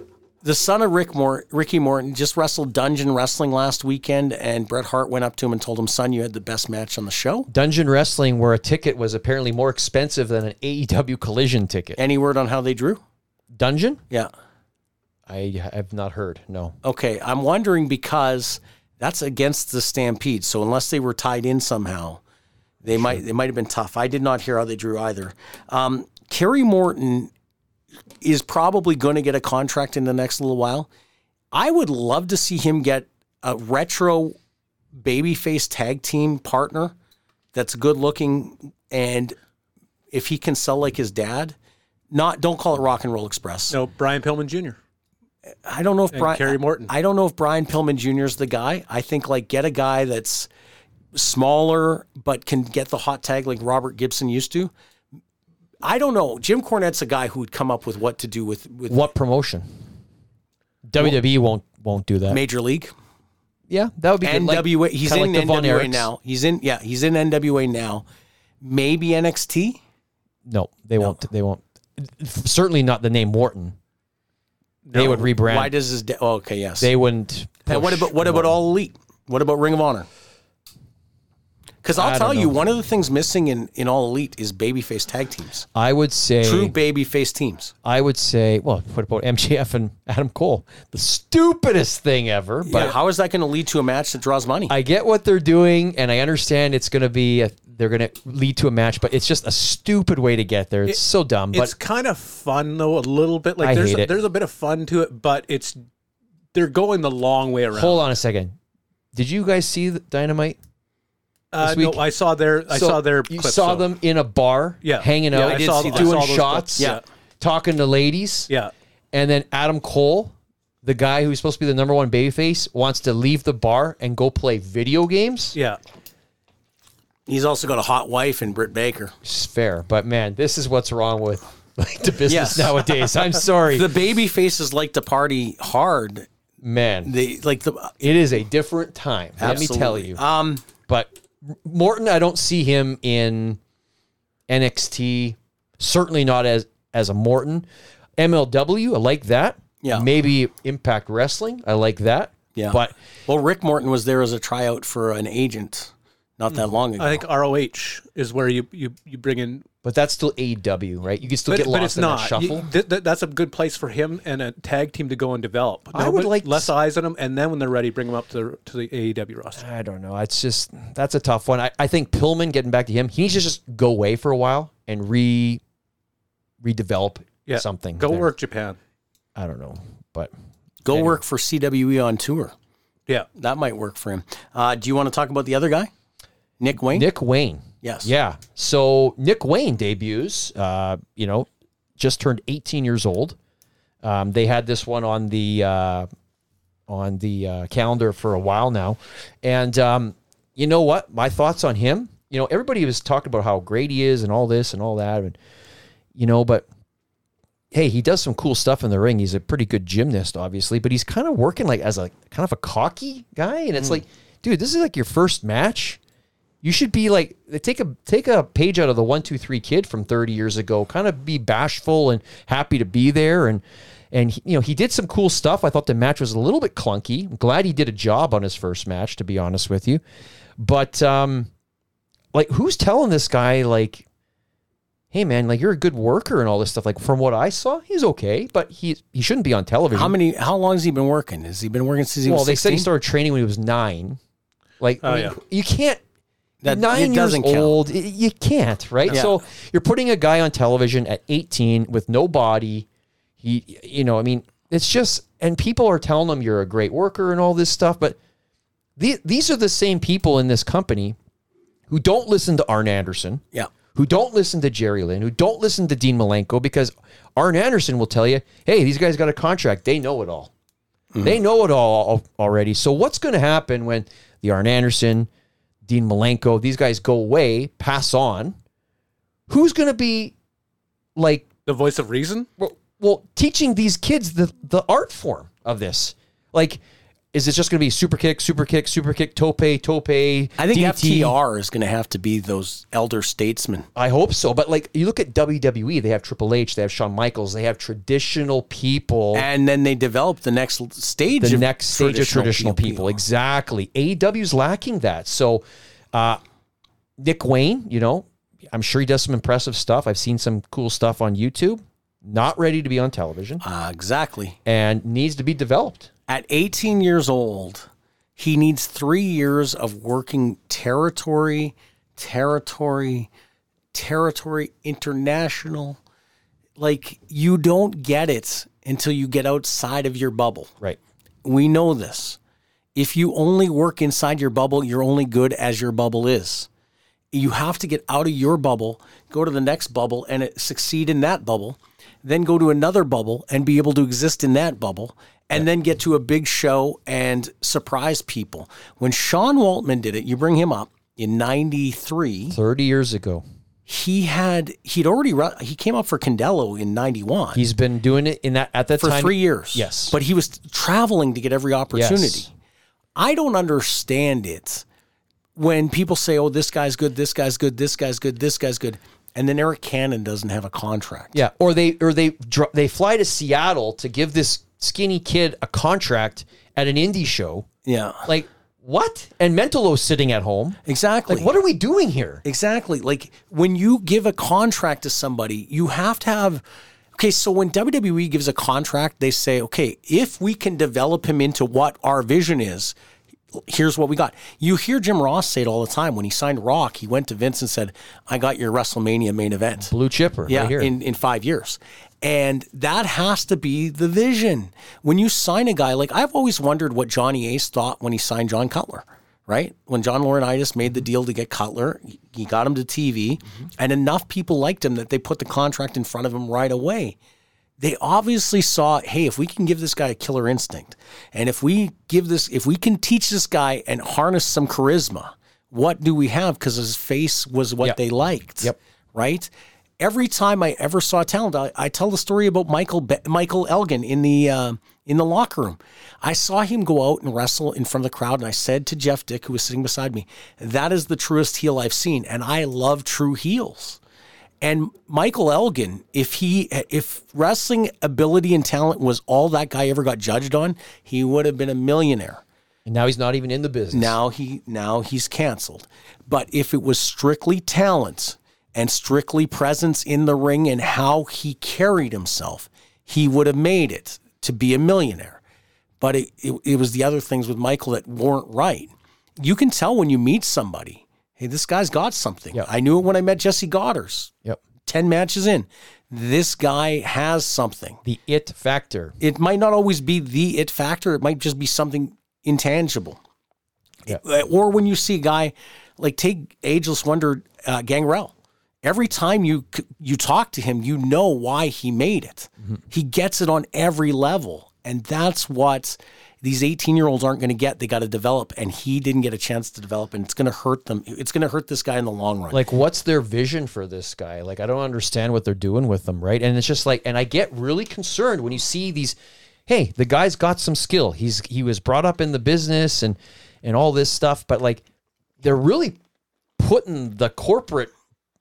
the son of Rick Mor- Ricky Morton, just wrestled Dungeon Wrestling last weekend, and Bret Hart went up to him and told him, "Son, you had the best match on the show."
dungeon wrestling where a ticket was apparently more expensive than an AEW collision ticket.
Any word on how they drew?
Dungeon?
Yeah.
I have not heard. No.
Okay, I'm wondering because that's against the Stampede. So unless they were tied in somehow, they might they might have been tough. I did not hear how they drew either. Um, Kerry Morton is probably going to get a contract in the next little while. I would love to see him get a retro babyface tag team partner that's good looking and if he can sell like his dad. Not don't call it Rock and Roll Express.
No, Brian Pillman Jr.
I don't know if Brian
Kerry Morton.
I don't know if Brian Pillman Jr. is the guy. I think like get a guy that's smaller but can get the hot tag like Robert Gibson used to. I don't know. Jim Cornette's a guy who would come up with what to do with with
What promotion? WWE won't won't do that.
Major League
Yeah, that would be good. Like-
NWA. he's
kinda
in
like the Von
NWA
Erichs.
now. He's in yeah. He's in NWA now. Maybe NXT.
No, they won't. They won't. Certainly not the name Morton. they would rebrand.
Why does his da- oh, okay? Yes.
they wouldn't?
And what
push
about what about
Morton.
all elite? What about Ring of Honor? Because I'll
I
tell
don't
you,
know.
one of the things missing in, in all elite is babyface tag teams,
I would say.
true babyface teams.
I would say. Well, what about MJF and Adam Cole? The stupidest thing ever. But
But how is that going to lead to a match that draws money?
I get what they're doing, and I understand it's going to be. A, they're going to lead to a match, but it's just a stupid way to get there. It's so dumb. But
it's kind of fun though, a little bit. Like
I
there's
hate
a,
it.
there's a bit of fun to it, but it's they're going the long way around.
hold on a second. Did you guys see the Dynamite?
uh,
this week-
No, I saw their I
So
saw their
You
clips,
saw
so-
them in a bar,
Yeah.
hanging
Yeah,
out,
I did see that. I
doing
saw those
shots,
clips. Yeah.
talking to ladies,
Yeah,
and then Adam Cole, the guy who's supposed to be the number one babyface, wants to leave the bar and go play video games.
yeah.
He's also got a hot wife in Britt Baker.
It's fair, but man, this is what's wrong with like the business
Yes.
nowadays. I'm sorry,
The babyfaces like to party hard.
man.
They like the
it is a different time. Let me tell
Absolutely.
you. Um, but Morton, I don't see him in NXT. Certainly not as as a Morton. MLW, I like that.
Yeah.
Maybe Impact Wrestling, I like that.
Yeah.
But
well, Rick Morton was there as a tryout for an agent not
Hmm.
that long ago.
I think ROH is where you you, you bring in,
but that's still AEW, right? You can still
but,
get
but
lost
it's
in
not.
that
You-
shuffle.
th- th- that's a good place for him and a tag team to go and develop.
I
No,
would
but
like to
less
s-
eyes on them, and then when they're ready, bring them up to the, to the AEW roster.
I don't know. It's just that's a tough one. I, I think Pillman, getting back to him, he needs to just go away for a while and re redevelop
Yeah,
something.
Go
there.
work Japan.
I don't know. But
Go work for CWE on tour.
Yeah,
That might work for him. Uh, do you want to talk about the other guy, Nick Wayne?
Nick Wayne.
Yes.
Yeah. So Nick Wayne debuts, uh, you know, just turned 18 years old. Um, they had this one on the uh, on the uh, calendar for a while now, and um, you know what? My thoughts on him. You know, everybody was talking about how great he is and all this and all that, and you know, but hey, he does some cool stuff in the ring. He's a pretty good gymnast, obviously, but he's kind of working like as a kind of a cocky guy, and it's
Hmm.
like, dude, this is like your first match. You should be like take a take a page out of the one two three kid from thirty years ago. Kind of be bashful and happy to be there, and and he- you know he did some cool stuff. I thought the match was a little bit clunky. I'm glad he did a job on his first match, to be honest with you. But um, like, who's telling this guy like, hey man, like you're a good worker and all this stuff. Like from what I saw, he's okay, but he he shouldn't be on television.
How many? How long has he been working? Has he been working since he
Mm-hmm. well,
was
they said he
16?
started training when he was nine. Like
Oh,
I mean,
yeah.
you can't
That- it
nine years
doesn't count.
old, y- you can't, right?
Yeah.
So you're putting a guy on television at 18 with no body. He, you know, I mean, it's just, and people are telling him you're a great worker and all this stuff, but the, these are the same people in this company who don't listen to Arn Anderson,
Yeah.
who don't listen to Jerry Lynn, who don't listen to Dean Malenko, because Arn Anderson will tell you, hey, these guys got a contract. They know it all. They know it all al- already. So what's going to happen when the Arn Anderson, Dean Malenko, these guys go away, pass on? Who's going to be like
The voice of reason?
well, well, teaching these kids the the art form of this. Like, is it just going to be super kick, super kick, super kick, tope, tope? I
I think FTR is going to have to be those elder statesmen.
I hope so. But like, you look at WWE, they have Triple H, they have Shawn Michaels, they have traditional people.
And then they develop the next l- stage
Oh. the
of
next stage of traditional people. Exactly. AEW's lacking that. So, uh, Nick Wayne, you know, I'm sure he does some impressive stuff. I've seen some cool stuff on YouTube. Not ready to be on television
Uh, exactly.
and needs to be developed.
At 18 years old, he needs three years of working territory, territory, territory, international. Like, you don't get it until you get outside of your bubble.
Right.
We know this. If you only work inside your bubble, you're only good as your bubble is. You have to get out of your bubble, go to the next bubble and it- succeed in that bubble, then go to another bubble and be able to exist in that bubble, and then get to a big show and surprise people. When Sean Waltman did it, you bring him up in 93,
30 years ago.
he had, he'd already, ru- he came up for Candelo in 91
He's been doing it in that at that
for
time
three years.
Yes.
But he was traveling to get every opportunity.
Yes.
I don't understand it when people say, oh, this guy's good, this guy's good, this guy's good, this guy's good. And then Eric Cannon doesn't have a contract.
Yeah, or they or they dr- they fly to Seattle to give this skinny kid a contract at an indie show.
Yeah.
Like what? And Mentolo's sitting at home.
Exactly.
Like what are we doing here?
Exactly. Like when you give a contract to somebody, you have to have. Okay, so when WWE gives a contract, they say, okay, if we can develop him into what our vision is, here's what we got. You hear Jim Ross say it all the time. When he signed Rock, he went to Vince and said, I got your WrestleMania main event
Blue chipper
yeah,
right here.
in in five years. And that has to be the vision. When you sign a guy, like I've always wondered what Johnny Ace thought when he signed John Cutler, right? When John Laurinaitis made the deal to get Cutler, he got him to TV,
Mm-hmm.
and enough people liked him that they put the contract in front of him right away. They obviously saw, hey, if we can give this guy a killer instinct, and if we give this, if we can teach this guy and harness some charisma, what do we have? Because his face was what
Yep.
they liked
Yep.
right? Every time I ever saw talent, I, I tell the story about Michael Be- Michael Elgin in the uh, in the locker room. I saw him go out and wrestle in front of the crowd, and I said to Jeff Dick, who was sitting beside me, "That is the truest heel I've seen, and I love true heels." And Michael Elgin, if he if wrestling ability and talent was all that guy ever got judged on, he would have been a millionaire.
and now he's not even in the business.
Now he now he's canceled. But if it was strictly talent and strictly presence in the ring and how he carried himself, he would have made it to be a millionaire. But it, it, it was the other things with Michael that weren't right. You can tell when you meet somebody, hey, this guy's got something.
Yeah.
I knew it when I met Jesse Godders,
Yep.
10 matches in. This guy has something
The it factor.
it might not always be the it factor. It might just be something intangible.
Yeah.
Uh, Or when you see a guy like take Ageless Wonder uh, Gangrel, every time you c- you talk to him, you know why he made it.
Mm-hmm.
He gets it on every level, and that's what these 18 year olds aren't going to get. They got to develop, and he didn't get a chance to develop, and it's going to hurt them. It's going to hurt this guy in the long run.
Like what's their vision for this guy? Like I don't understand what they're doing with them, right? And it's just like and I get really concerned when you see these hey, the guy's got some skill. He's he was brought up in the business and and all this stuff, but like they're really putting the corporate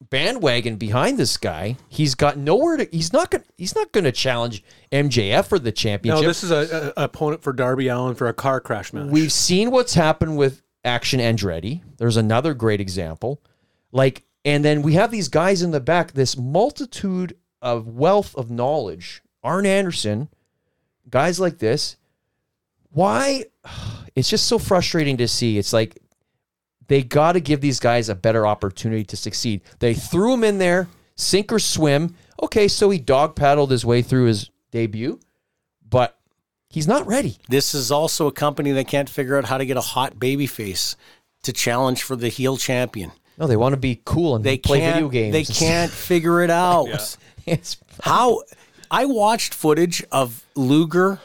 bandwagon behind this guy. He's got nowhere to he's not going to he's not going to challenge MJF for the
No,
championship.
this is a, a opponent for Darby Allen for a car crash match.
We've seen what's happened with Action Andretti. There's another great example. Like, and then we have these guys in the back, this multitude of wealth of knowledge. Arn Anderson, guys like this. Why? It's just so frustrating to see. It's like they got to give these guys a better opportunity to succeed. They threw him in there, sink or swim. Okay, so he dog paddled his way through his debut, but he's not ready.
This is also a company that can't figure out how to get a hot baby face to challenge for the heel champion.
No, they want to be cool and
They
play
can't,
video games.
They can't figure it out.
It's-
How I watched footage of Luger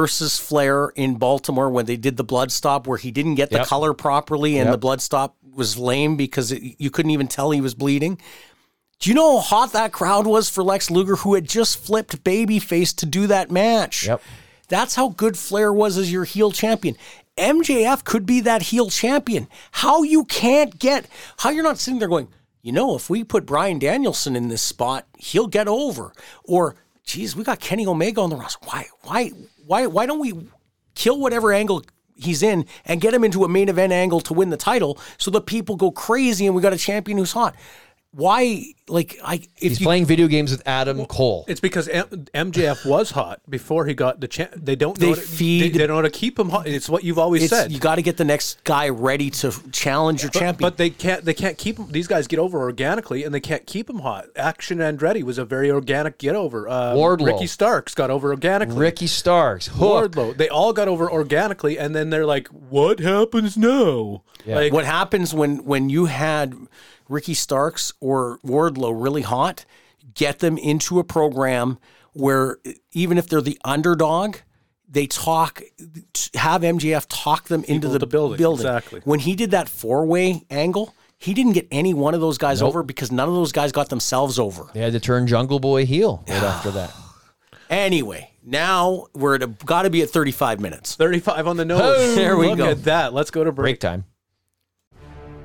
versus Flair in Baltimore when they did the blood stop, where he didn't get the
Yep.
color properly and the
Yep.
blood stop was lame because it, you couldn't even tell he was bleeding. Do you know how hot that crowd was for Lex Luger, who had just flipped babyface to do that match?
Yep.
That's how good Flair was as your heel champion. MJF could be that heel champion. How you can't get, how you're not sitting there going, you know, if we put Brian Danielson in this spot, he'll get over. Or, geez, we got Kenny Omega on the roster. Why, why, why, why don't we kill whatever angle he's in and get him into a main event angle to win the title so the people go crazy and we got a champion who's hot? Why, like, I, if
He's
you,
playing video games with Adam Cole.
It's because M- MJF was hot before he got the chance. They don't.
They
know to, They,
feed-
they don't know how to keep him hot. It's what you've always
it's,
said.
you got to get the next guy ready to challenge your champion.
But they can't. They can't keep 'em- These guys get over organically, and they can't keep them hot. Action Andretti was a very organic get over. Uh,
Wardlow.
Ricky Starks got over organically.
Ricky Starks, Hook.
Wardlow. They all got over organically, and then they're like, "What happens now?" Like,
what happens when when you had Ricky Starks or Wardlow really hot, get them into a program where even if they're the underdog, they talk have MJF talk them into the,
the building, exactly.
When he did that four way angle, he didn't get any one of those guys over because none of those guys got themselves over.
They had to turn Jungle Boy heel right after that.
Anyway, now we're at a, got to be at thirty five minutes.
Thirty-five on the nose.
Oh,
there we
Look
go.
at that. Let's go to break.
Break time.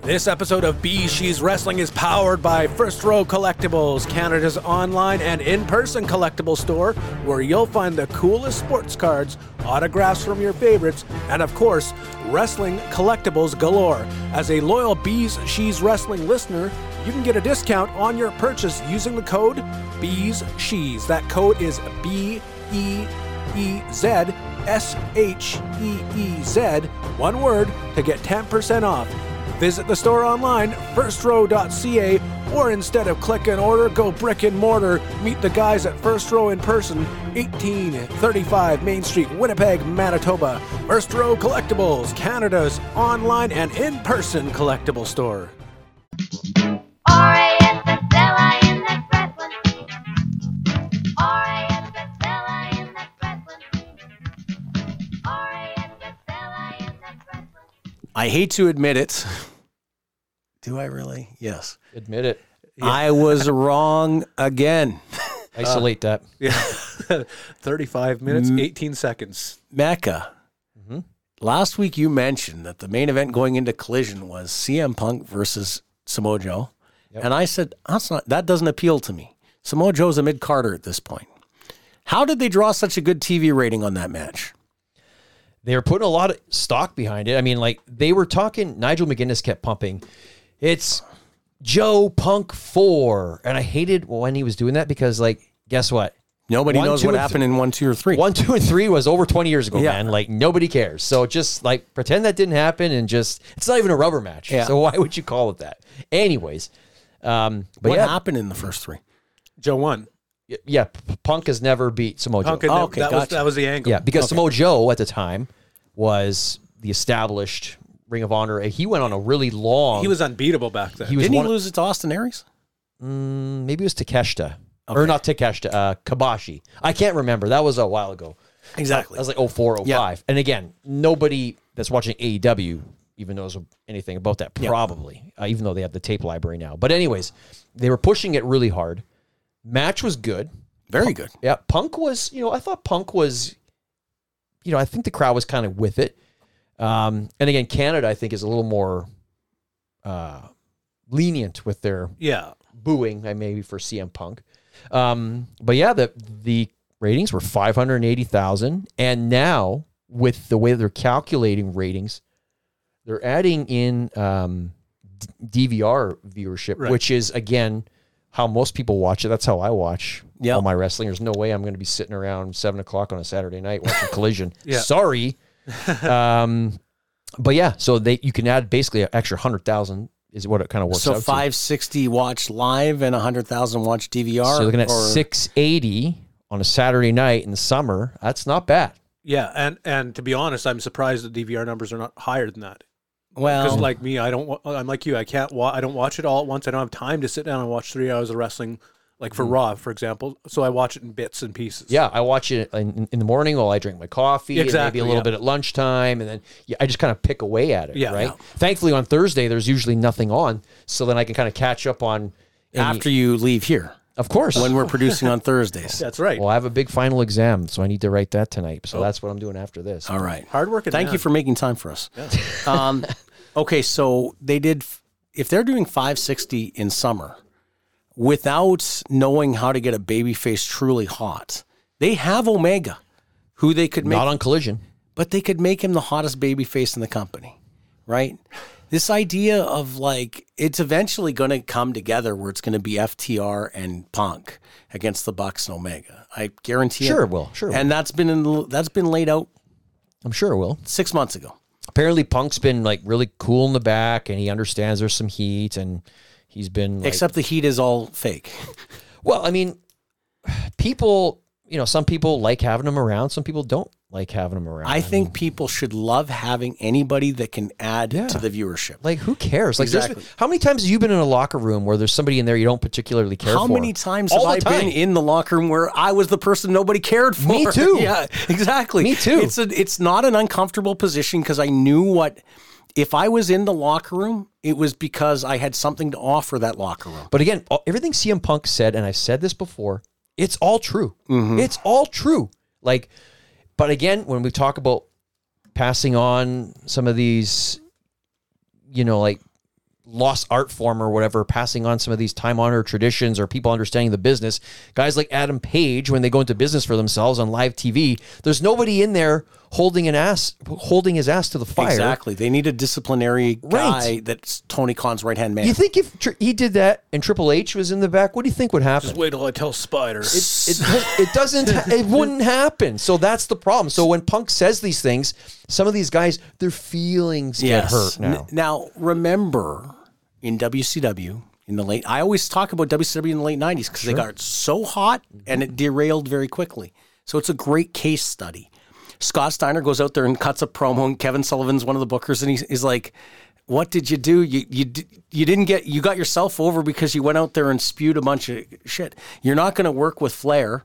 This episode of B She's Wrestling is powered by First Row Collectibles, Canada's online and in person collectible store, where you'll find the coolest sports cards, autographs from your favorites, and of course, wrestling collectibles galore. As a loyal Bees She's Wrestling listener, you can get a discount on your purchase using the code Bees She's. That code is B E E Z S H E E Z, one word, to get 10% off. Visit the store online, firstrow.ca, or instead of click and order, go brick and mortar. Meet the guys at First Row in person, 1835 Main Street, Winnipeg, Manitoba. First Row Collectibles, Canada's online and in person collectible store.
I hate to admit it. Do I really? Yes.
Admit it.
I was wrong again.
Isolate that.
Uh,
35 minutes, 18 seconds.
Mecca.
Mm-hmm.
Last week you mentioned that the main event going into collision was CM Punk versus Samoa Joe. And I said, that's not that doesn't appeal to me. Samoa Joe's a mid Carter at this point. How did they draw such a good TV rating on that match?
they were putting a lot of stock behind it. I mean, like they were talking. Nigel McGuinness kept pumping. It's Joe Punk four, and I hated when he was doing that because, like, guess what?
Nobody
One,
knows
two,
what
and
happened in one, two, or three.
One, two, and three was over twenty years ago,
Yeah.
man. Like nobody cares. So just like pretend that didn't happen, and just it's not even a rubber match.
Yeah.
So why would you call it that? Anyways, um, but
what
yeah,
happened in the first three?
Joe won.
y- yeah, P- Punk has never beat Samoa Joe.
Punk and
Oh,
that-
okay,
that, was,
gotcha.
that was the angle.
Yeah, because Samoa Joe at the time was the established Ring of Honor. He went on a really long.
He was unbeatable back then.
He was
Didn't he
one,
lose it to Austin Aries?
maybe it was Takeshita or not Takeshita, uh, Kabashi. I can't remember. That was a while ago.
Exactly.
That was like oh, 04, 05. And again, nobody that's watching AEW even knows anything about that, probably, uh, even though they have the tape library now. But, anyways, they were pushing it really hard. Match was good.
Very good.
Yeah, Punk was, you know, I thought Punk was, you know, I think the crowd was kind of with it. Um, and again, Canada, I think, is a little more uh, lenient with their
yeah.
booing, I maybe for CM Punk. Um, but yeah, the the ratings were five hundred eighty thousand, and now with the way they're calculating ratings, they're adding in um, d- DVR viewership,
Right.
which is again how most people watch it. That's how I watch
Yep.
all my wrestling. There's no way I'm going to be sitting around seven o'clock on a Saturday night watching Collision.
Yeah.
Sorry. um, but yeah, so they you can add basically an extra hundred thousand is what it kind of works
So
out. to.
560 watch live and 100,000 watch DVR.
So you're looking at
or-
680 on a Saturday night in the summer. That's not bad.
Yeah, and and to be honest, I'm surprised the DVR numbers are not higher than that.
Well,
Oh.
Because like me, I don't. wa- I'm like you. I can't. Wa- I don't watch it all at once. I don't have time to sit down and watch three hours of wrestling like
Mm.
for Raw, for example. So I watch it in bits and pieces.
Yeah, I watch it in, in the morning while I drink my coffee, and
Exactly,
maybe a little
yeah.
bit at lunchtime, and then yeah, I just kind of pick away at it.
Yeah,
right.
yeah.
Thankfully, on Thursday there's usually nothing on, so then I can kind of catch up on. any-
after you leave here
of course,
when we're producing on Thursdays.
That's right.
well, I have a big final exam, so I need to write that tonight. So that's what I'm doing after this.
Oh. All right.
Hard working.
Thank you for making time for us. um, okay, so they did. f- If they're doing 560 in summer, without knowing how to get a baby face truly hot, they have Omega, who they could make,
Not on collision.
but they could make him the hottest baby face in the company, right? This idea of like it's eventually going to come together where it's going to be FTR and Punk against the Bucks and Omega. I guarantee.
Sure
it
it will, sure it will.
And that's been in, the- that's been laid out
I'm sure it will.
six months ago.
Apparently, Punk's been like really cool in the back, and he understands there's some heat, and he's been like,
Except the heat is all fake.
Well, I mean, people, you know, some people like having them around, some people don't like having them around.
I think people should love having anybody that can add to the viewership.
like who cares? Like, there's
Exactly.
been- how many times have you been in a locker room where there's somebody in there you don't particularly care
How
for?
many times
All
have
the
I
time.
been in the locker room where I was the person nobody cared for?
Me too.
yeah, exactly.
Me too.
It's a, it's not an uncomfortable position because I knew what if I was in the locker room, it was because I had something to offer that locker room.
But again, all- everything CM Punk said, and I've said this before, it's all true. It's all true. Like, but again, when we talk about passing on some of these, you know, like lost art form or whatever, passing on some of these time honored traditions or people understanding the business, guys like Adam Page, when they go into business for themselves on live TV, there's nobody in there holding an ass, holding his ass to the fire.
Exactly. They need a disciplinary guy
Right.
that's Tony Khan's right hand man.
You think if tr- he did that and Triple H was in the back, what do you think would happen?
Wait till I tell Spider.
it, does- it doesn't ha- it wouldn't happen so that's the problem so when punk says these things some of these guys their feelings get hurt
N-
now
now, remember in WCW in the late, I always talk about WCW in the late 90s because they got so hot and it derailed very quickly. So it's a great case study. Scott Steiner goes out there and cuts a promo, and Kevin Sullivan's one of the bookers, and he's, he's like, "What did you do? You you di- you didn't get you got yourself over because you went out there and spewed a bunch of shit. You're not going to work with Flair,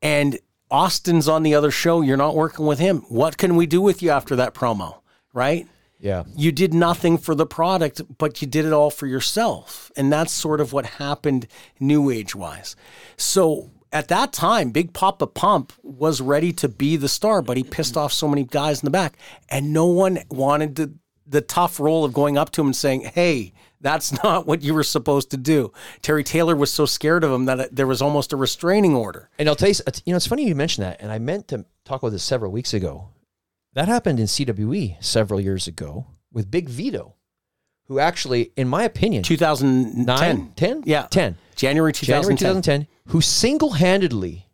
and Austin's on the other show. You're not working with him. What can we do with you after that promo, right?
yeah
you did nothing for the product, but you did it all for yourself. And that's sort of what happened new age wise. So at that time, Big Papa Pump was ready to be the star, but he pissed off so many guys in the back. And no one wanted to, the tough role of going up to him and saying, Hey, that's not what you were supposed to do. Terry Taylor was so scared of him that it- there was almost a restraining order.
and i'll tell you s- you know it's funny you mentioned that and i meant to talk about this several weeks ago that happened in cwe several years ago with big vito who actually in my opinion
2010.
Nine? Ten?
Yeah.
Ten.
January
January
2010.
2010 who single-handedly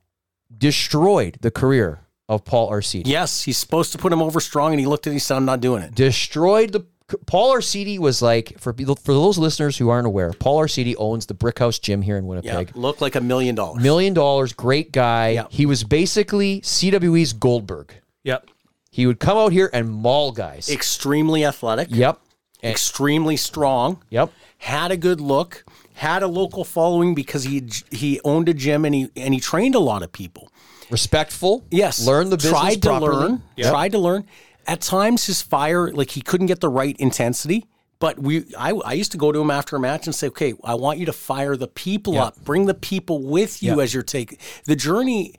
destroyed the career of paul arcidi
Yes, he's supposed to put him over strong, and he looked at him and said, I'm not doing it.
destroyed the Paul Arcidi was like for people- for those listeners who aren't aware, Paul Arcidi owns the Brickhouse Gym here in
Yeah,
Winnipeg.
look like a million dollars.
Million dollars, great guy.
Yeah.
He was basically CWE's Goldberg.
Yep.
He would come out here and maul guys.
Extremely athletic.
yep. And-
Extremely strong.
yep.
Had a good look. Had a local following because he he owned a gym and he and he trained a lot of people.
Respectful.
Yes.
Learn the business
Tried to
properly.
learn. Tried to learn. At times, his fire, like he couldn't get the right intensity. But we, I, I used to go to him after a match and say, "Okay, I want you to fire the people up. Bring the people with you as your take. The journey,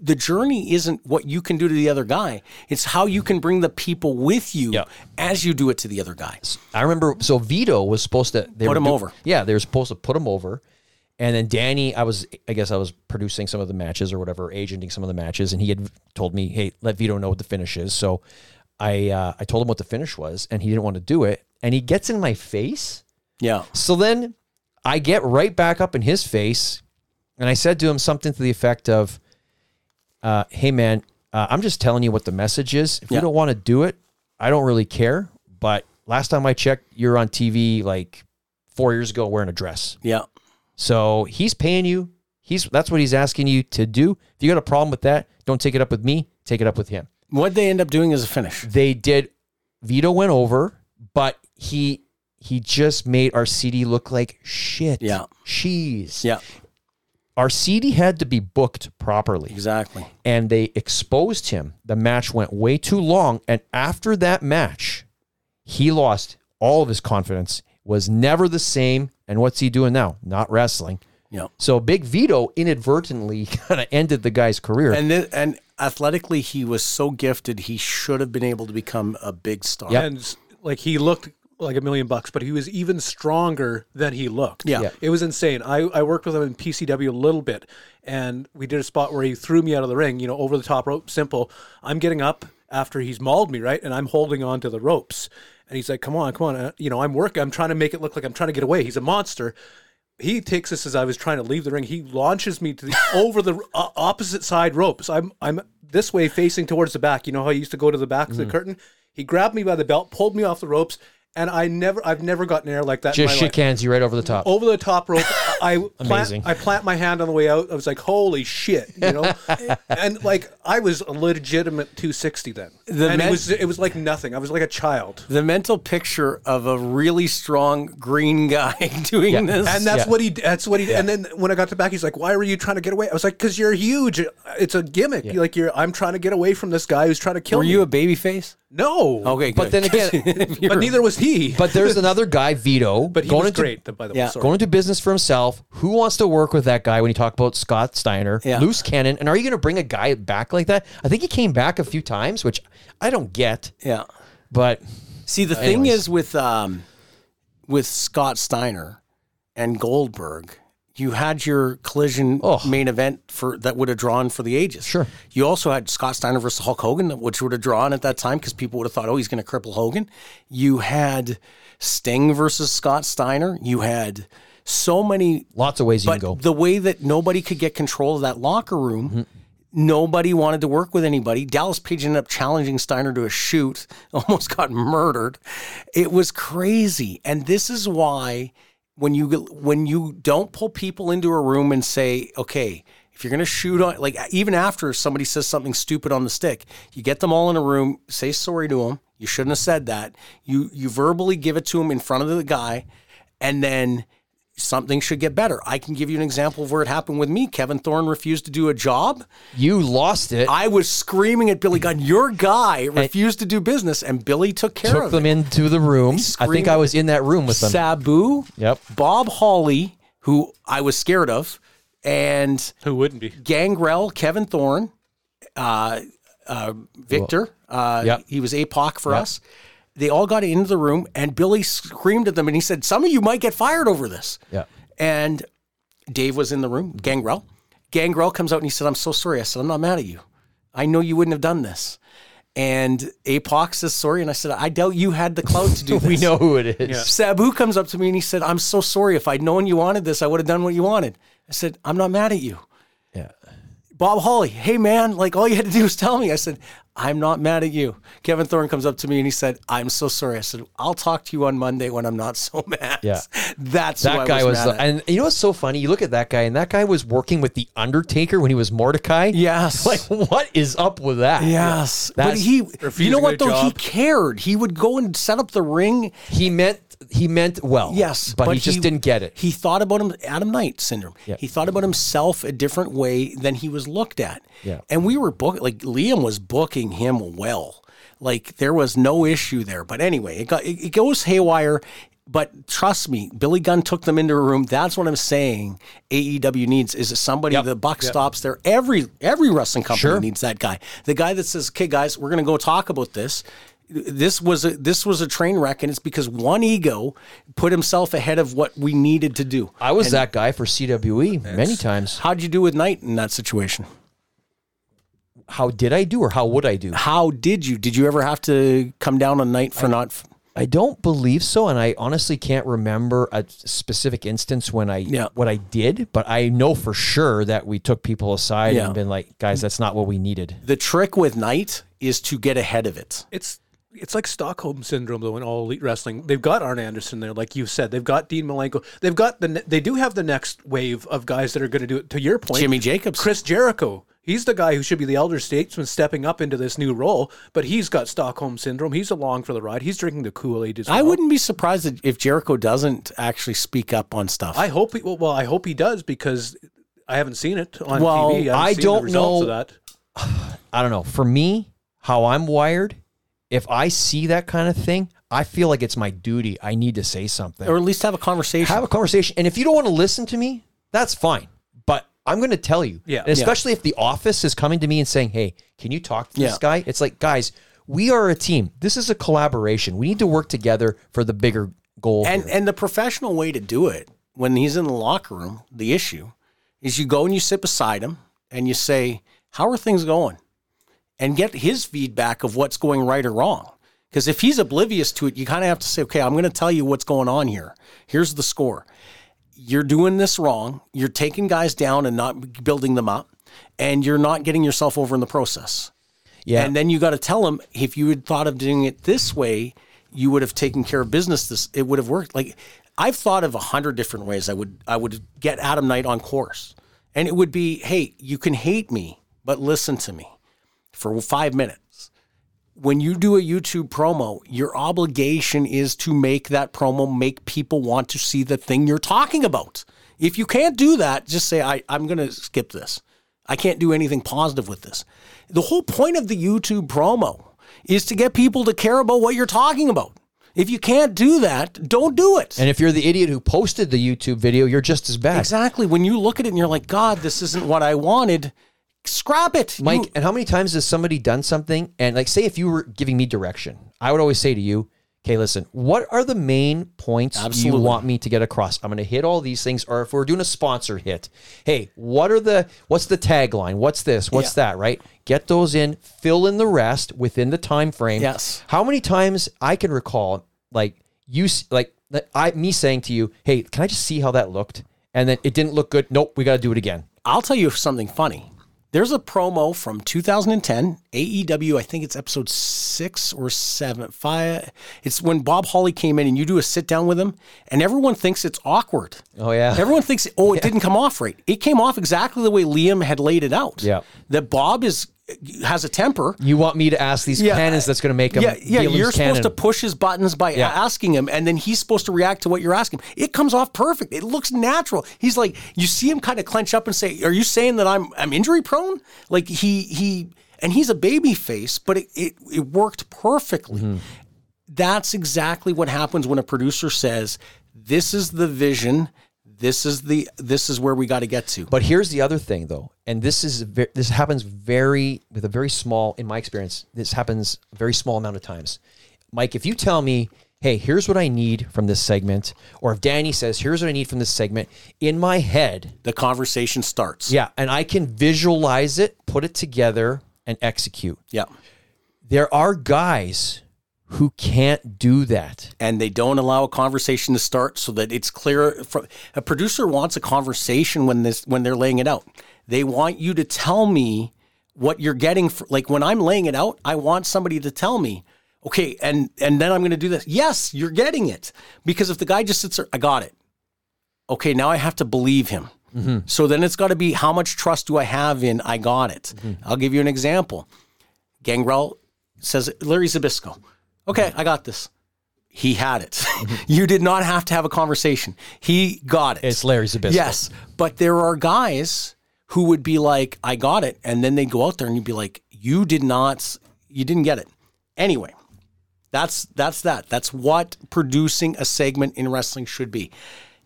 the journey isn't what you can do to the other guy. It's how you can bring the people with you
Yeah.
as you do it to the other guy.
I remember. So Vito was supposed to they
Put
were
him
do-
over.
Yeah, they were supposed to put him over, and then Danny. I was, I guess, I was producing some of the matches or whatever, agenting some of the matches, and he had told me, "Hey, let Vito know what the finish is." So I, uh, I told him what the finish was, and he didn't want to do it, and he gets in my face.
Yeah,
So then I get right back up in his face, and I said to him something to the effect of, uh, "Hey, man, uh, I'm just telling you what the message is. If
Yeah.
you don't want to do it, I don't really care. But last time I checked, you're on TV like four years ago wearing a dress.
yeah,
So he's paying you. He's that's what he's asking you to do. If you got a problem with that, don't take it up with me. Take it up with him.
what they end up doing is a finish.
They did. Vito went over, but he he just made our CD look like shit.
Yeah.
cheese.
Yeah,
Arcidi had to be booked properly
Exactly.
and they exposed him. The match went way too long, and after that match, he lost all of his confidence. Was never the same. And what's he doing now? Not wrestling.
Yep.
So Big Vito inadvertently kind of ended the guy's career.
And then, and athletically, he was so gifted. He should have been able to become a big star.
Yep.
and s- like he looked like a million bucks, but he was even stronger than he looked.
Yeah. Yeah.
It was insane. I, I worked with him in PCW a little bit, and we did a spot where he threw me out of the ring, you know, over the top rope, simple. I'm getting up after he's mauled me, right? And I'm holding on to the ropes. And he's like, come on, come on. uh, You know, I'm working. I'm trying to make it look like I'm trying to get away. He's a monster. He takes this as I was trying to leave the ring. He launches me to the over the uh, opposite side ropes. I'm I'm this way facing towards the back. You know how I used to go to the back
Mm.
of the curtain. He grabbed me by the belt, pulled me off the ropes, and I never I've never gotten air like that.
Just
in my
shake
life. Oh,
hands you right over the top.
Over the top rope, I I plant,
Amazing.
I plant my hand on the way out. I was like, "Holy shit!" You know, and like I was a legitimate 260 then,
The
and
men-
it was it was like nothing. I was like a child.
The mental picture of a really strong green guy doing this.
And that's
Yeah.
what he. That's what he. And then when I got to back, he's like, "Why were you trying to get away?" I was like, "Cause you're huge. It's a gimmick. Like you're. I'm trying to get away from this guy who's trying to kill
were
me."
you a baby face?
no.
Okay,
But
good.
then again-
If you
But
were-
neither was he.
but there's another guy, Vito,
but he
going
was
into
great. By the way,
Yeah.
sorry.
going into business for himself. Who wants to work with that guy when you talk about Scott Steiner,
Yeah.
loose cannon? And are you going to bring a guy back like that? I think he came back a few times, which I don't get.
yeah.
But
See, the thing
Anyways.
is with um, with Scott Steiner and Goldberg, you had your collision
Oh.
main event for that would have drawn for the ages.
Sure.
You also had Scott Steiner versus Hulk Hogan, which would have drawn at that time because people would have thought, oh, he's going to cripple Hogan. You had Sting versus Scott Steiner. You had so many
lots of ways you
but
can go.
the way that nobody could get control of that locker room, nobody wanted to work with anybody. Dallas Page ended up challenging Steiner to a shoot, almost got murdered. It was crazy, and this is why when you when you don't pull people into a room and say, okay. If you're going to shoot on, like, even after somebody says something stupid on the stick, you get them all in a room, say sorry to them. You shouldn't have said that. You you verbally give it to them in front of the guy, and then something should get better. I can give you an example of where it happened with me. Kevin Thorne refused to do a job.
you lost it.
I was screaming at Billy Gunn, your guy refused to do business, and Billy took care
took
of
them
it.
into the room. I think
screamed-
I was in that room with them.
Sabu,
Yep.
Bob Hawley, who I was scared of, and
Who wouldn't be?
Gangrel, Kevin Thorne, uh, uh, Victor. Uh,
Yep.
He was APOC for us. They all got into the room, and Billy screamed at them, and he said, "Some of you might get fired over this."
Yeah.
And Dave was in the room, Gangrel. Gangrel comes out and he said, I'm so sorry. I said, I'm not mad at you. I know you wouldn't have done this. And Apox says, sorry. And I said, I doubt you had the clout to do this.
we know who it is.
Sabu comes up to me and he said, I'm so sorry. If I'd known you wanted this, I would have done what you wanted. I said, I'm not mad at you.
Yeah.
Bob Hawley, hey man, like all you had to do was tell me. I said, I'm not mad at you. Kevin Thorne comes up to me and he said, I'm so sorry. I said, I'll talk to you on Monday when I'm not so mad.
Yeah.
That's who I
That guy was,
mad
the,
at.
and you know what's so funny? You look at that guy, and that guy was working with the Undertaker when he was Mordecai.
Yes.
like what is up with that?
Yes, but
That's-
he, you know
refusing
what
a
though, he
job.
cared. He would go and set up the ring.
he meant he meant well.
Yes,
but, he just didn't get it.
He thought about him, Adam Knight syndrome.
Yeah.
He thought about himself a different way than he was looked at.
Yeah.
and we were book like Liam was booking him well. Like there was no issue there. But anyway, it got it, it goes haywire. But trust me, Billy Gunn took them into a room. That's what I'm saying. AEW needs is somebody
Yep.
the buck stops there. Every every wrestling company
Sure.
needs that guy. The guy that says, "Okay, guys, we're going to go talk about this." This was a this was a train wreck, and it's because one ego put himself ahead of what we needed to do.
I was that guy for CWE many times.
How'd you do with Knight in that situation?
How did I do, or how would I do?
How did you? Did you ever have to come down on Knight for not?
I don't believe so, and I honestly can't remember a specific instance when I
Yeah.
what I did, but I know for sure that we took people aside
Yeah.
and been like, guys, that's not what we needed.
The trick with Knight is to get ahead of it.
It's it's like Stockholm syndrome though in all elite wrestling. They've got Arn Anderson there, like you said. They've got Dean Malenko. They've got the ne- they do have the next wave of guys that are going to do it. To your point,
Jimmy Jacobs.
Chris Jericho. He's the guy who should be the elder statesman stepping up into this new role, but he's got Stockholm syndrome. He's along for the ride. He's drinking the Kool Aid as well.
I wouldn't be surprised if- if Jericho doesn't actually speak up on stuff.
I hope he well. well, I hope he does because. I- I haven't seen it on
Well,
TV. haven't
I
seen the
don't
results
know-
Of that.
I don't know. For me, how I'm wired, if I see that kind of thing, I feel like it's my duty. I need to say something.
or at least have a conversation.
have a conversation. And if you don't want to listen to me, that's fine. But I'm going to tell you.
Yeah.
And especially if the office is coming to me and saying, "Hey, can you talk to
Yeah.
this guy?" It's like, guys, we are a team. This is a collaboration. We need to work together for the bigger goal.
and
here.
and the professional way to do it when he's in the locker room, the issue is you go and you sit beside him and you say, "How are things going?" and get his feedback of what's going right or wrong. Because if he's oblivious to it, you kind of have to say, "Okay, I'm going to tell you what's going on here. Here's the score. You're doing this wrong. You're taking guys down and not building them up, and you're not getting yourself over in the process."
yeah.
And then you got to tell them if you had thought of doing it this way, you would have taken care of business. This it would have worked. Like I've thought of a hundred different ways I would I would get Adam Knight on course, and it would be, hey, you can hate me, but listen to me for five minutes. When you do a YouTube promo, your obligation is to make that promo make people want to see the thing you're talking about. If you can't do that, just say, I, I'm going to skip this. I can't do anything positive with this. The whole point of the YouTube promo is to get people to care about what you're talking about. If you can't do that, don't do it.
And if you're the idiot who posted the YouTube video, you're just as bad.
exactly. When you look at it and you're like, God, this isn't what I wanted, scrap it. You-
Mike, and how many times has somebody done something and like say if you were giving me direction, I would always say to you, okay, listen, what are the main points
Absolutely.
you want me to get across? I'm gonna hit all these things, or if we're doing a sponsor hit, hey, what are the what's the tagline? What's this? What's that? Right? Get those in, fill in the rest within the time frame.
Yes.
How many times I can recall like you s- like I me saying to you, hey, can I just see how that looked? And then it didn't look good. Nope, we gotta do it again.
I'll tell you something funny. There's a promo from 2010 AEW. E I think it's episode six or seven. Five. It's when Bob Holly came in, and you do a sit down with him, and everyone thinks it's awkward.
Oh, yeah.
Everyone thinks, oh, it didn't come off right. It came off exactly the way Liam had laid it out.
Yeah.
That Bob is has a temper.
You want me to ask these
Yeah.
cannons that's going to make them?
Yeah, yeah.
Gilliam's
You're supposed to
cannon?
push his buttons by
Yeah.
asking him, and then he's supposed to react to what you're asking. It comes off perfect. It looks natural. He's like, you see him kind of clench up and say, "Are you saying that I'm I'm injury prone?" Like he he, and he's a baby face, but it it, it worked perfectly.
Mm-hmm.
That's exactly what happens when a producer says, "This is the vision. This is the this is where we got to get to."
But here's the other thing, though, and this is ve- this happens very with a very small, in my experience, this happens a very small amount of times. Mike, if you tell me, hey, here's what I need from this segment, or if Danny says, here's what I need from this segment, in my head,
the conversation starts.
yeah, and I can visualize it, put it together, and execute.
Yeah.
There are guys who can't do that.
and they don't allow a conversation to start so that it's clear from a producer wants a conversation when this when they're laying it out they want you to tell me what you're getting for, like when i'm laying it out i want somebody to tell me okay and and then i'm going to do this yes you're getting it because if the guy just sits there i got it okay now i have to believe him so then it's got to be how much trust do i have in i got it i'll give you an example gangrel says larry zabisco okay i got this he had it. you did not have to have a conversation. He got it.
It's Larry Zabisco.
Yes. But there are guys who would be like, I got it. And then they go out there and you'd be like, you did not, you didn't get it. Anyway, that's, that's that. That's what producing a segment in wrestling should be.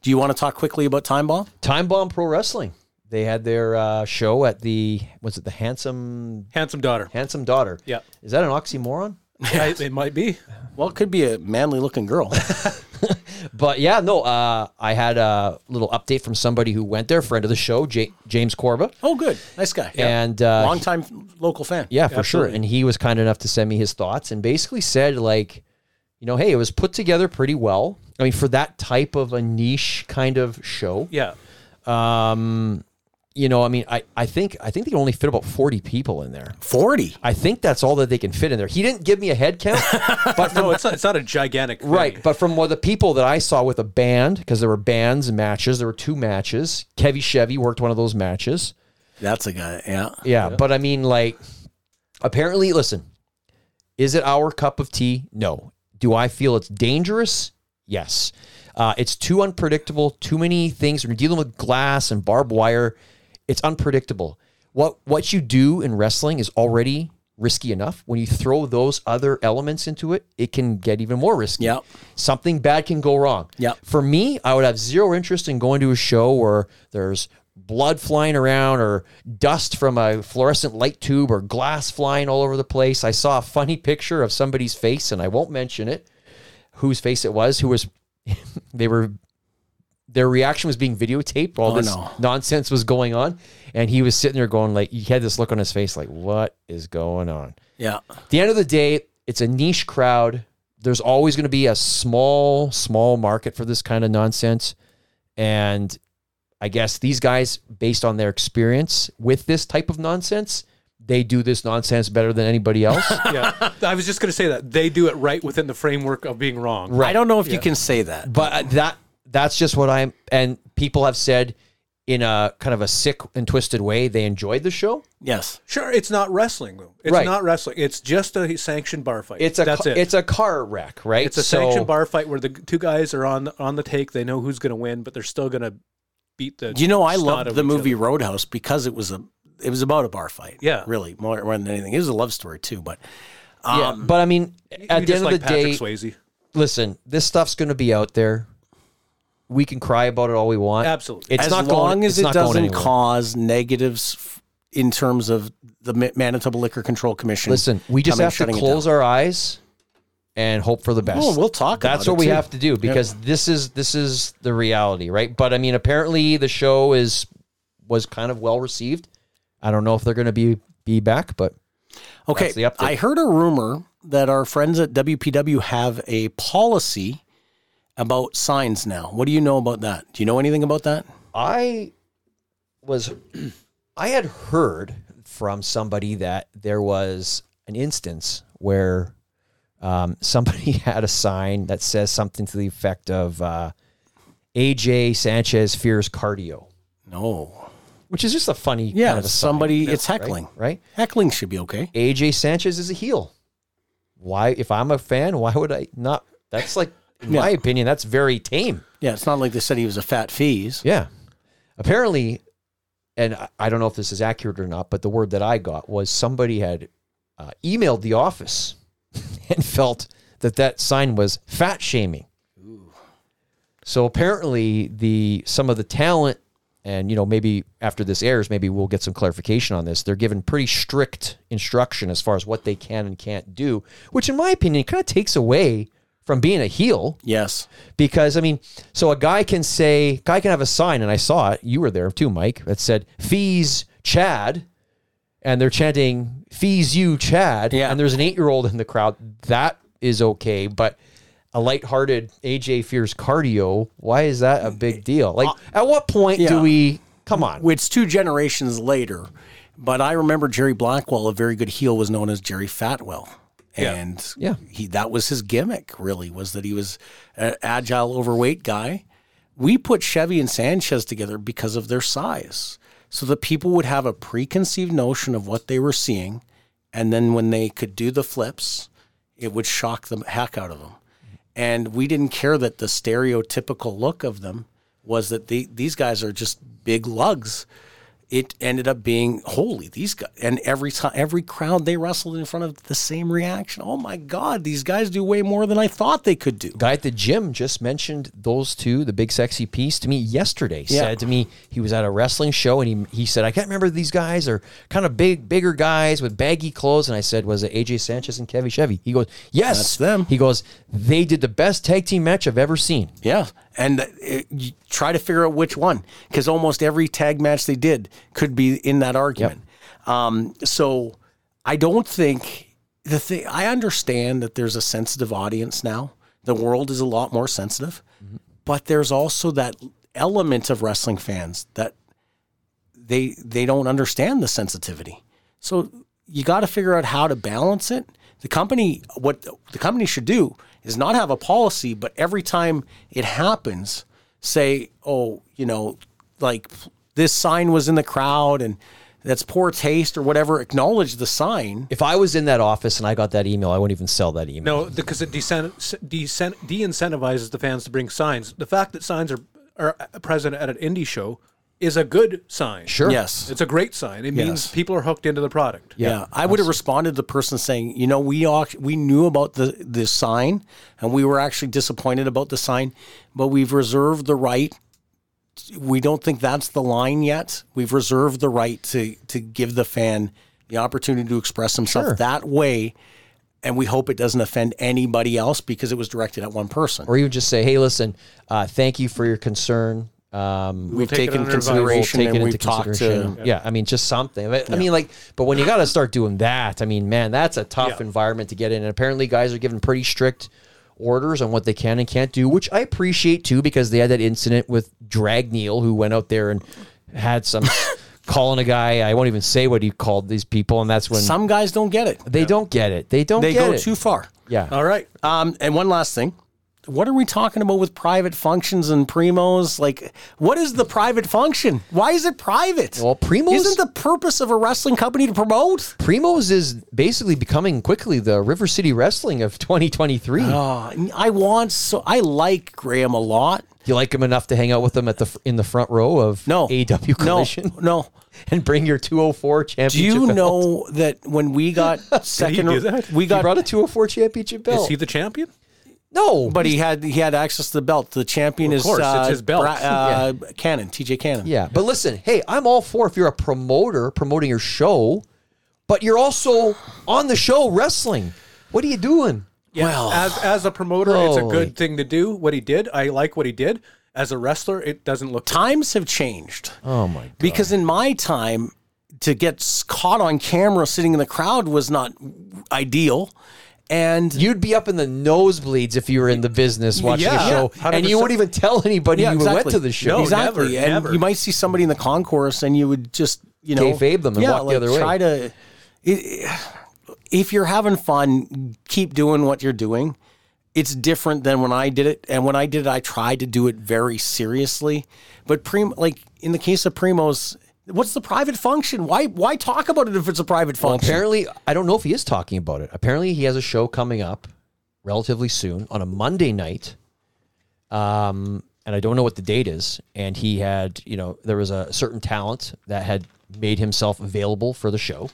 Do you want to talk quickly about Time Bomb?
Time Bomb Pro Wrestling. They had their uh, show at the was it the handsome
Handsome daughter.
handsome daughter?
Yeah.
Is that an oxymoron?
I- it might be.
Well, it could be a manly looking girl.
But yeah, no. Uh, I had a little update from somebody who went there, friend of the show, J- James Corba,
oh, good. Nice guy.
and uh,
Long time local fan.
Yeah, for sure. And he was kind enough to send me his thoughts and basically said, like, you know, hey, it was put together pretty well. I mean, for that type of a niche kind of show,
Yeah.
you know, I mean, I, I think I think they can only fit about forty people in there.
40.
I think that's all that they can fit in there. He didn't give me a head count, but from,
No, it's not, it's not a gigantic. thing.
right, but from what the people that I saw with a band, because there were bands and matches, there were two matches. Kevy Chevy worked one of those matches.
That's a guy. Yeah.
Yeah, but I mean, like, apparently, listen, is it our cup of tea? No. Do I feel it's dangerous? Yes. Uh, it's too unpredictable. Too many things. When you're dealing with glass and barbed wire, It's unpredictable. What what you do in wrestling is already risky enough. When you throw those other elements into it, it can get even more risky.
Yep.
Something bad can go wrong.
Yep.
For me, I would have zero interest in going to a show where there's blood flying around or dust from a fluorescent light tube or glass flying all over the place. I saw a funny picture of somebody's face and I won't mention it whose face it was who was they were their reaction was being videotaped while
Oh,
this
no.
nonsense was going on and he was sitting there going like he had this look on his face like what is going on
Yeah.
at the end of the day it's a niche crowd there's always going to be a small small market for this kind of nonsense and i guess these guys based on their experience with this type of nonsense they do this nonsense better than anybody else
yeah. I was just going to say that they do it right within the framework of being wrong.
I don't know if you can say that.
but uh, that that's just what I'm. And people have said in a kind of a sick and twisted way they enjoyed the show.
Yes.
Sure, it's not wrestling though. It's
Right.
not wrestling. It's just a sanctioned bar fight.
It's a
that's
ca-
it.
it's a car wreck, right?
It's a
So-
sanctioned bar fight where the g- two guys are on the, on the take. They know who's going to win, but they're still going to beat the.
You know, I
snot
loved
of
the
each
movie
other.
Roadhouse because it was a it was about a bar fight.
Yeah.
Really, more, more than anything. It was a love story too, but um,
Yeah, but I mean,
You
at the
just
end
like
of the day,
Patrick Swayze.
listen, this stuff's going to be out there. We can cry about it all we want.
Absolutely.
it's
as
not
long
going,
as
it's
it
not going
doesn't
anywhere.
cause negatives f- in terms of the Ma- Manitoba Liquor Control Commission.
Listen, we just
coming,
have to
shutting it
close
down.
our eyes and hope for the best.
Oh, we'll talk
That's
about it,
what we
too.
have to do because this is this is the reality, right? But I mean, apparently the show is was kind of well received. I don't know if they're going to be be back, but
Okay,
That's the update.
I heard a rumor that our friends at WPW have a policy about signs now. What do you know about that? Do you know anything about that?
I was I had heard from somebody that there was an instance where um, somebody had a sign that says something to the effect of uh, AJ Sanchez fears cardio,
No.
which is just a funny
Yeah,
kind of a sign,
somebody it's heckling.
right?
Heckling should be okay.
AJ Sanchez is a heel. Why, if I'm a fan, why would I not? That's like, in my opinion, that's very tame.
Yeah, it's not like they said he was a fat fees.
Yeah. Apparently, and I- I don't know if this is accurate or not, but the word that I got was somebody had uh, emailed the office and felt that that sign was fat shaming. So apparently, the some of the talent, and you know, maybe after this airs, maybe we'll get some clarification on this. They're given pretty strict instruction as far as what they can and can't do, which, in my opinion, kind of takes away from being a heel
Yes.
because I mean, so a guy can say, guy can have a sign, and I saw it. You were there too, Mike. That said, "Fees Chad," and they're chanting, "Fees you, Chad."
Yeah.
And there's an eight-year-old in the crowd. That is okay, but a lighthearted AJ fears cardio. Why is that a big deal? Like, at what point
Uh, yeah.
do we? Come on.
It's two generations later, but I remember Jerry Blackwell, a very good heel, was known as Jerry Fatwell. And
Yeah.
he that was his gimmick, really, was that he was an agile, overweight guy. We put Chevy and Sanchez together because of their size. So that people would have a preconceived notion of what they were seeing. And then when they could do the flips, it would shock the heck out of them. And we didn't care that the stereotypical look of them was that the, these guys are just big lugs. It ended up being holy. These guys, and every time, every crowd they wrestled in front of the same reaction. Oh my God, these guys do way more than I thought they could do.
guy at the gym just mentioned those two, the big sexy piece, to me yesterday.
Yeah.
Said to me he was at a wrestling show and he he said, I can't remember these guys are kind of big, bigger guys with baggy clothes. And I said, Was it AJ Sanchez and Kevin Chevy? He goes, Yes.
That's them.
He goes, They did the best tag team match I've ever seen.
Yeah, and uh, it, you try to figure out which one because almost every tag match they did could be in that argument. Um, so I don't think the thing. I understand that there's a sensitive audience now. The world is a lot more sensitive, but there's also that element of wrestling fans that they they don't understand the sensitivity. So you got to figure out how to balance it. The company what the company should do is not have a policy, but every time it happens, say, "Oh, you know, like this sign was in the crowd and that's poor taste or whatever." Acknowledge the sign.
If I was in that office and I got that email, I wouldn't even sell that email.
No, because it decent, de-incentivizes the fans to bring signs. The fact that signs are are present at an indie show is a good sign.
Sure.
Yes.
It's a great sign. It means
Yes.
people are hooked into the product.
Yeah, I would have responded to the person saying, you know, we all, we knew about the the sign, and we were actually disappointed about the sign, but we've reserved the right. We don't think that's the line yet. We've reserved the right to to give the fan the opportunity to express himself
Sure.
that way, and we hope it doesn't offend anybody else because it was directed at one person.
Or even just say, hey, listen, uh, thank you for your concern. Um,
we've
take it
taken
under
consideration
We'll take
and
it
we've
into
talked
consideration.
to.
yeah. I mean, just something. But, I mean, like, but when you got to start doing that, I mean, man, that's a tough
Yeah.
environment to get in. And apparently, guys are given pretty strict orders on what they can and can't do, which I appreciate too, because they had that incident with Drag Neil, who went out there and had some calling a guy. I won't even say what he called these people, and that's when
Some guys don't get it.
they don't get it. They don't.
They
get
go
it.
too far.
Yeah.
All right.
Um, and one last thing. What are we talking about with private functions and primos? Like, what is the private function? Why is it private?
Well, primos-
Isn't the purpose of a wrestling company to promote?
Primos is basically becoming quickly the River City Wrestling of 2023.
Uh, I want so I like Graham a lot.
Do you like him enough to hang out with him at the fr- in the front row of
No,
AW Collision
No, no.
and bring your 204
Do
championship?
you
belt?
know that when we got second,
do that?
we
he
got,
brought a 204 championship belt?
Is he the champion?
no,
but he had he had access to the belt. The champion is
course, it's
uh,
his belt.
Bra- uh, Cannon, TJ Cannon.
yeah. But listen, hey, I'm all for if you're a promoter promoting your show, but you're also on the show wrestling. What are you doing?
Well,
As as a promoter, it's a
Holy.
good thing to do. What he did, I like what he did. As a wrestler, it doesn't look.
times have changed.
Oh my!
Because in my time, to get s- caught on camera sitting in the crowd was not ideal. And
You'd be up in the nosebleeds if you were in the business watching
Yeah,
a show,
yeah,
and you
100%.
wouldn't even tell anybody you went to the show.
No,
exactly.
never,
and
never.
you might see somebody in the concourse and you would just, you know,
Kayfabe them and
yeah,
walk the
like,
other way.
Try to. it- if you're having fun, keep doing what you're doing. It's different than when I did it, and when I did it, I tried to do it very seriously. But prim, like in the case of primos, what's the private function? Why why talk about it if it's a private
Well,
function?
apparently, I don't know if he is talking about it. Apparently, he has a show coming up relatively soon on a Monday night. Um, and I don't know what the date is. And he had, you know, there was a certain talent that had made himself available for the show.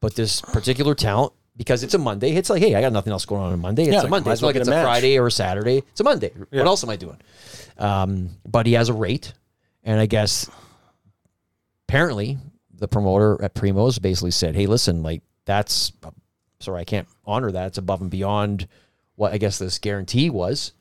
But this particular talent, because it's a Monday, it's like, hey, I got nothing else going on on Monday. It's
Yeah,
a Monday.
might
It's
as well
not like
get
it's
a
a,
match.
Friday or a Saturday. It's a Monday. What else am I doing? Um, but he has a rate. And I guess apparently the promoter at Primos basically said, "Hey, listen, like that's sorry, I can't honor that. It's above and beyond what I guess this guarantee was."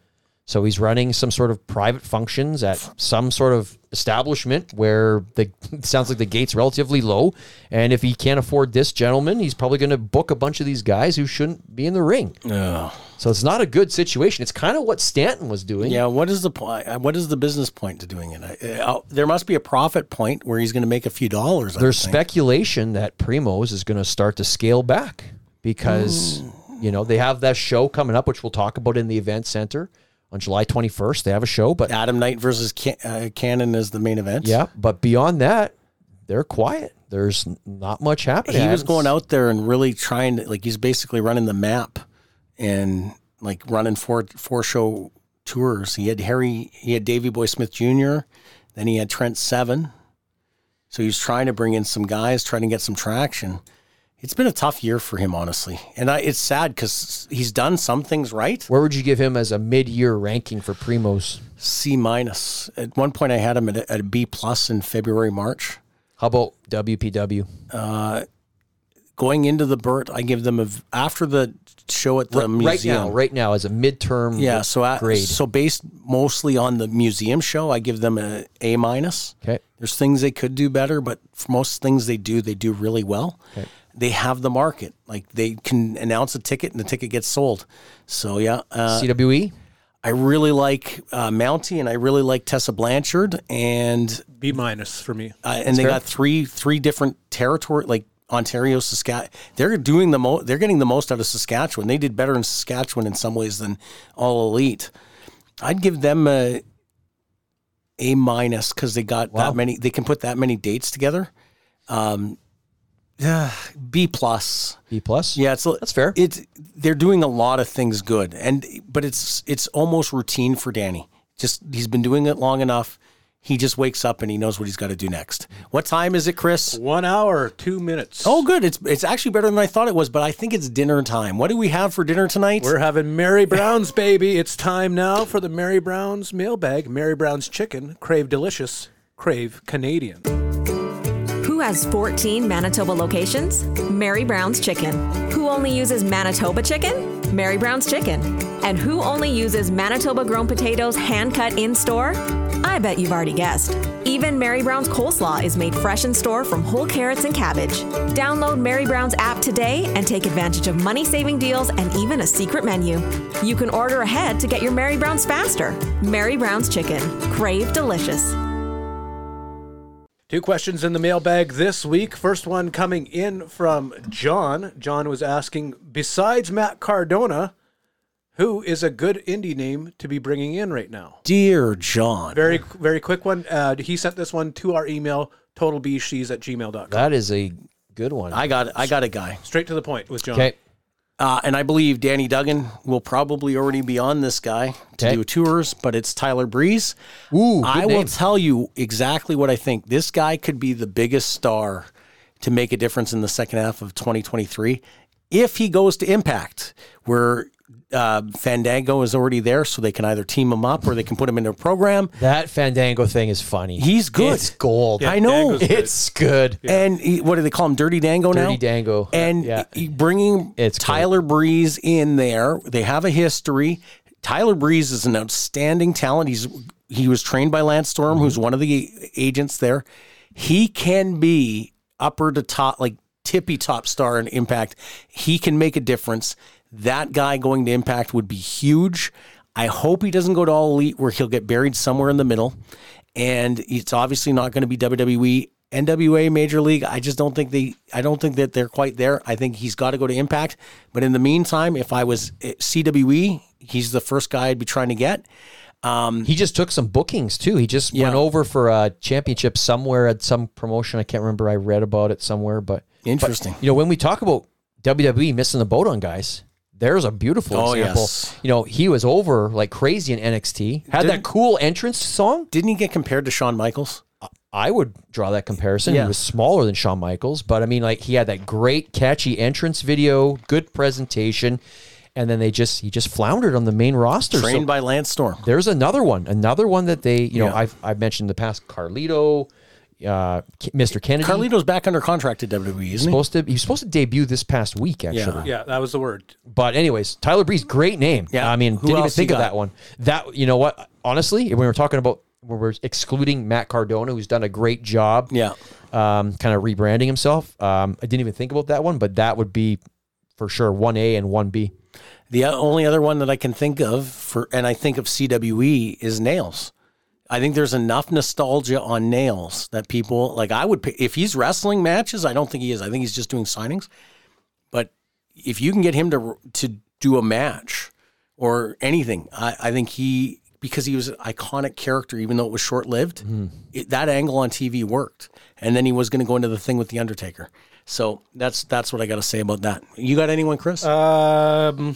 So he's running some sort of private functions at some sort of establishment where the it sounds like the gate's relatively low, and if he can't afford this gentleman, he's probably going to book a bunch of these guys who shouldn't be in the ring. So it's not a good situation. It's kind of what Stanton was doing.
Yeah, what is the point? What is the business point to doing it? I, I, there must be a profit point where he's going to make a few dollars. I
There's
would think.
speculation that Primos is going to start to scale back because
Mm.
you know they have that show coming up, which we'll talk about in the event center on July 21st. They have a show, but
Adam Knight versus Can- uh, Cannon is the main event.
yeah, but beyond that, they're quiet. There's n- not much happening.
he was
Adam's-
going out there and really trying to like he's basically running the map and like running four four show tours. He had Harry, he had Davy Boy Smith Jr., then he had Trent Seven. So he was trying to bring in some guys, trying to get some traction. It's been a tough year for him, honestly, and I, it's sad because he's done some things right.
Where would you give him as a mid-year ranking for Primos?
C minus. At one point, I had him at a, at a B plus in February, March.
How about WPW?
Going into the Burt, I give them a v- after the show at the
right
museum.
now, right now, as a midterm.
Yeah, so I,
grade.
so based mostly on the museum show, I give them a A minus.
okay.
There's things they could do better, but for most things they do, they do really well. They have the market, like they can announce a ticket and the ticket gets sold. So yeah, uh,
CWE.
I really like uh, Mountie and I really like Tessa Blanchard and
B minus for me.
uh, and they got three three different territory like Ontario, Saskatchewan. They're doing the mo- They're getting the most out of Saskatchewan. They did better in Saskatchewan in some ways than all elite. I'd give them a a minus because they got that many. They can put that many dates together. Um, yeah, B plus.
B plus.
Yeah, it's
That's fair.
It's they're doing a lot of things good, and but it's it's almost routine for Danny. Just he's been doing it long enough. He just wakes up and he knows what he's got to do next. What time is it, Chris?
One hour, two minutes.
Oh, good. It's it's actually better than I thought it was, but I think it's dinner time. What do we have for dinner tonight?
We're having Mary Brown's baby. It's time now for the Mary Brown's mailbag. Mary Brown's chicken, crave delicious, crave Canadian.
Who has 14 Manitoba locations? Mary Brown's Chicken. Who only uses Manitoba chicken? Mary Brown's Chicken. And who only uses Manitoba grown potatoes hand cut in store? I bet you've already guessed. Even Mary Brown's coleslaw is made fresh in store from whole carrots and cabbage. Download Mary Brown's app today and take advantage of money saving deals and even a secret menu. You can order ahead to get your Mary Brown's faster. Mary Brown's Chicken. Crave delicious.
Two questions in the mailbag this week. First one coming in from John. John was asking, besides Matt Cardona, who is a good indie name to be bringing in right now?
Dear John.
Very, very quick one. Uh, he sent this one to our email, totalbshees at gmail.com.
That is a good one.
I got I got a guy.
Straight to the point with John.
okay.
Uh, and I believe Danny Duggan will probably already be on this guy to
Okay.
do tours, but it's Tyler Breeze.
Ooh, good
I will
name.
tell you exactly what I think. This guy could be the biggest star to make a difference in the second half of 2023 if he goes to Impact, where uh, Fandango is already there, so they can either team him up or they can put him in a program.
That Fandango thing is funny.
He's good.
It's gold.
I know.
Dango's good.
It's good.
And he, what do they call him? Dirty Dango now?
Dirty Dango.
And
Yeah.
he- bringing
It's great.
Tyler Breeze in there, they have a history. Tyler Breeze is an outstanding talent. He's he was trained by Lance Storm,
Mm-hmm.
who's one of the agents there. He can be upper to top, like tippy top star in Impact. He can make a difference. That guy going to Impact would be huge. I hope he doesn't go to All Elite where he'll get buried somewhere in the middle. And it's obviously not going to be E, WWE. NWA Major League, I just don't think they I don't think that they're quite there. I think he's got to go to Impact. But in the meantime, if I was eh, at CWE, E, he's the first guy I'd be trying to get.
He just took some bookings too. He just went over for a championship somewhere at some promotion. I can't remember. I read about it somewhere, but
Interesting.
you know when we talk about WWE missing the boat on guys, there's a beautiful
Oh,
example.
yes.
You know he was over like crazy in NXT. Had that
Didn't-
cool entrance song.
Didn't he get compared to Shawn Michaels?
I would draw that comparison.
Yeah.
He was smaller than Shawn Michaels, but I mean, like he had that great catchy entrance video, good presentation, and then they just he just floundered on the main roster.
Trained
So
by Lance Storm.
there's another one, another one that they, you know, I've I've mentioned in the past, Carlito, uh, K- Mr. Kennedy.
Carlito's back under contract at WWE, E, isn't he?
supposed to he was supposed to debut this past week actually.
Yeah, that was the word.
But anyways, Tyler Breeze, great name.
Yeah.
I mean,
Who
didn't even
else you
think of
got?
that one. That you know what? Honestly, when we were talking about when we're excluding Matt Cardona, who's done a great job.
Yeah.
um, kind of rebranding himself. Um, I didn't even think about that one, but that would be for sure one A and one B.
The o- only other one that I can think of for, and I think of CWE is Nails. I think there's enough nostalgia on Nails that people like. I would pay, if he's wrestling matches. I don't think he is. I think he's just doing signings. But if you can get him to to do a match or anything, I, I think he because he was an iconic character, even though it was short lived. That angle on TV worked, and then he was going to go into the thing with the Undertaker. So that's that's what I got to say about that. You got anyone, Chris?
Uh,
Um,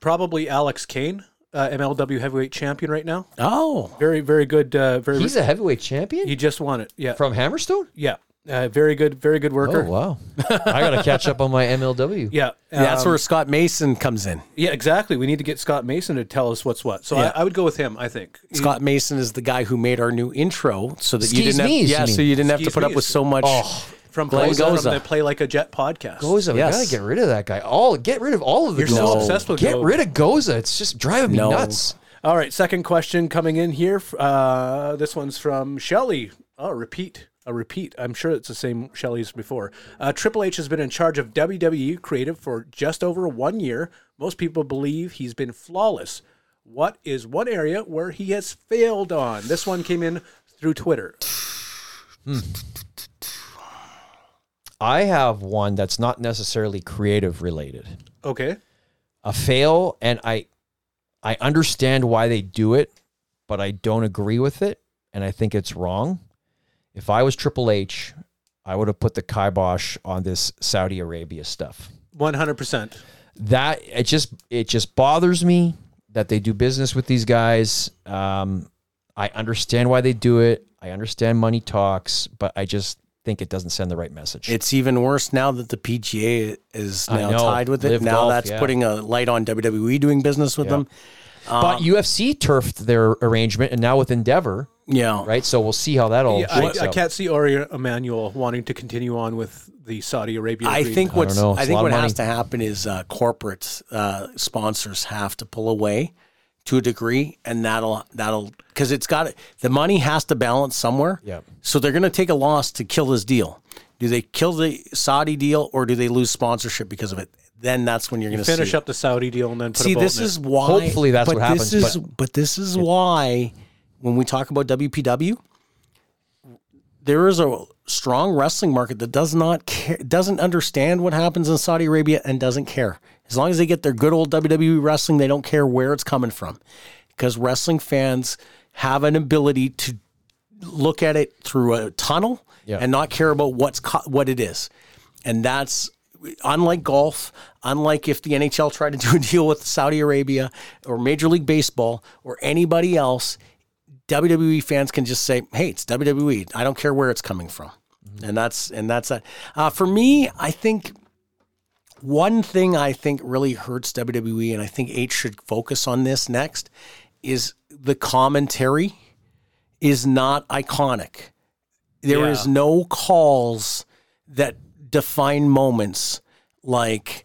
probably Alex Kane, uh, MLW heavyweight champion right now.
oh,
Very, very good. Uh, very.
He's a heavyweight champion
he just won it. Yeah.
from Hammerstone.
yeah. Uh, very good. Very good
Oh
worker.
wow! I gotta catch up on my MLW.
Yeah.
Yeah, that's
um,
where Scott Mason comes in.
Yeah, exactly. We need to get Scott Mason to tell us what's what. So I, I would go with him. I think.
Scott Mason is the guy who made our new intro, so that you
Skis
didn't, have,
knees,
yeah,
you
so
mean.
you didn't have to
Skis
put up
knees.
with so much.
Oh.
from
Glenn
Glenn Goza,
Goza.
from the Play Like a Jet podcast.
Goza, we
Yes.
gotta get rid of that guy. All get rid of all of the.
You're so
Goza.
obsessed with
Get
Goza.
rid of Goza. It's just driving me
No.
nuts.
All right, second question coming in here. Uh, this one's from Shelly. Oh, repeat. A repeat. I'm sure it's the same Shelly as before. Uh, Triple H has been in charge of WWE Creative for just over one year. Most people believe he's been flawless. What is one area where he has failed on? This one came in through Twitter.
I have one that's not necessarily creative related.
Okay.
a fail and I I understand why they do it, but I don't agree with it and I think it's wrong. If I was Triple H, I would have put the kibosh on this Saudi Arabia stuff.
100%.
That it just it just bothers me that they do business with these guys. Um I understand why they do it. I understand money talks, but I just think it doesn't send the right message.
It's even worse now that the PGA is
I
now
know.
tied with it.
Live
now
golf,
that's
yeah.
putting a light on WWE doing business with
Yeah.
them.
but
Um,
UFC turfed their arrangement, and now with Endeavor,
Yeah.
right? So we'll see how that all.
Yeah, I,
shakes
I
out.
can't see Aria Emanuel wanting to continue on with the Saudi Arabia.
I
agreement.
think what's
know. It's
I
a
think
lot
what
of
has to
money.
happen is uh, corporate uh, sponsors have to pull away to a degree, and that'll that'll because it's got the money has to balance somewhere.
Yep.
So they're going to take a loss to kill this deal. Do they kill the Saudi deal or do they lose sponsorship because of it? Then that's when you're going to
finish
see.
up the Saudi deal and then put
See,
a bolt
this
in it.
is why.
Hopefully that's
but
what happens,
This is,
but-
but this is why when we talk about WPW, there is a strong wrestling market that does not care, doesn't understand what happens in Saudi Arabia and doesn't care. As long as they get their good old WWE wrestling, they don't care where it's coming from, because wrestling fans have an ability to look at it through a tunnel
Yeah.
and not care about what's co- what it is. And that's unlike golf, unlike if the NHL tried to do a deal with Saudi Arabia or Major League Baseball or anybody else, WWE E fans can just say, "Hey, it's WWE. I don't care where it's coming from." And that's and that's that. Uh, for me, I think one thing I think really hurts WWE, and I think H should focus on this next, is the commentary is not iconic. There is no calls that define moments like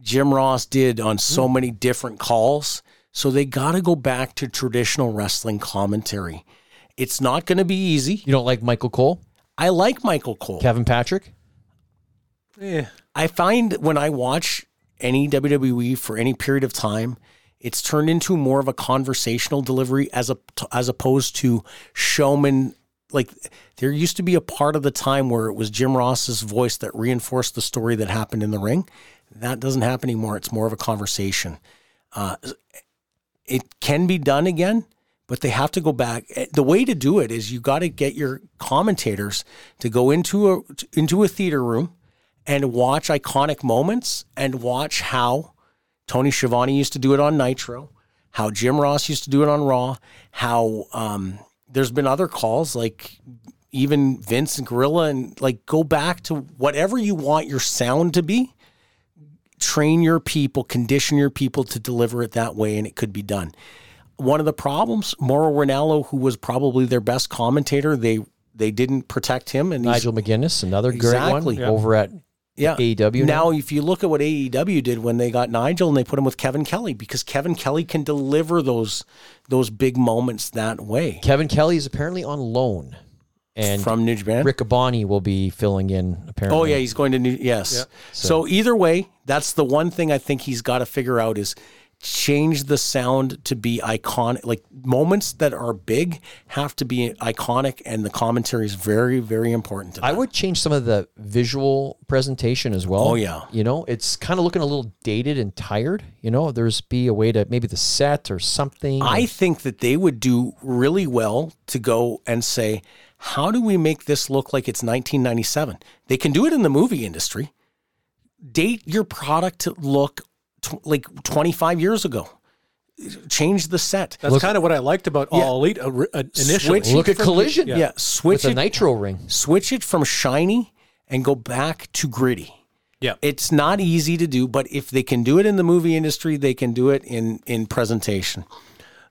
Jim Ross did on so many different calls. So they got to go back to traditional wrestling commentary. It's not going to be easy.
You don't like Michael Cole,
I like Michael Cole.
Kevin Patrick?
Eh,
I find when I watch any WWE for any period of time, it's turned into more of a conversational delivery as a as opposed to showman. Like there used to be a part of the time where it was Jim Ross's voice that reinforced the story that happened in the ring. That doesn't happen anymore. It's more of a conversation. Uh, it can be done again, but they have to go back. Eh, The way to do it is you got to get your commentators to go into a into a theater room and watch iconic moments and watch how Tony Schiavone used to do it on Nitro, how Jim Ross used to do it on Raw, how um, there's been other calls like even Vince and Gorilla and like go back to whatever you want your sound to be. Train your people, condition your people to deliver it that way, and it could be done. One of the problems, Mauro Ranallo, who was probably their best commentator, they they didn't protect him, and he's-
Nigel McGuinness, another
Exactly.
great one over at
yeah.
AEW
E Now,
now?
if you look at what AEW did when they got Nigel and they put him with Kevin Kelly, because Kevin Kelly can deliver those those big moments that way
Kevin Kelly is apparently on loan, and
from New Japan.
Rick Abani will be filling in. Apparently,
oh yeah, he's going to New. Yes. So. either way, that's the one thing I think he's got to figure out is change the sound to be iconic. Like moments that are big have to be iconic, and the commentary is very very important. To that.
I would change some of the visual presentation as well.
Oh, yeah.
you know it's kind of looking a little dated and tired. You know, there's be a way to maybe the set or something.
I think that they would do really well to go and say, how do we make this look like it's 1997? They can do it in the movie industry. Date your product to look tw- like 25 years ago. Change the set.
that's kind of what I liked about All Elite uh, ri- uh, initially.
Switch
look
it
at
from-
collision.
Yeah, switch
with a
it,
nitro ring.
switch it from shiny and go back to gritty.
Yeah.
It's not easy to do, but if they can do it in the movie industry, they can do it in in presentation.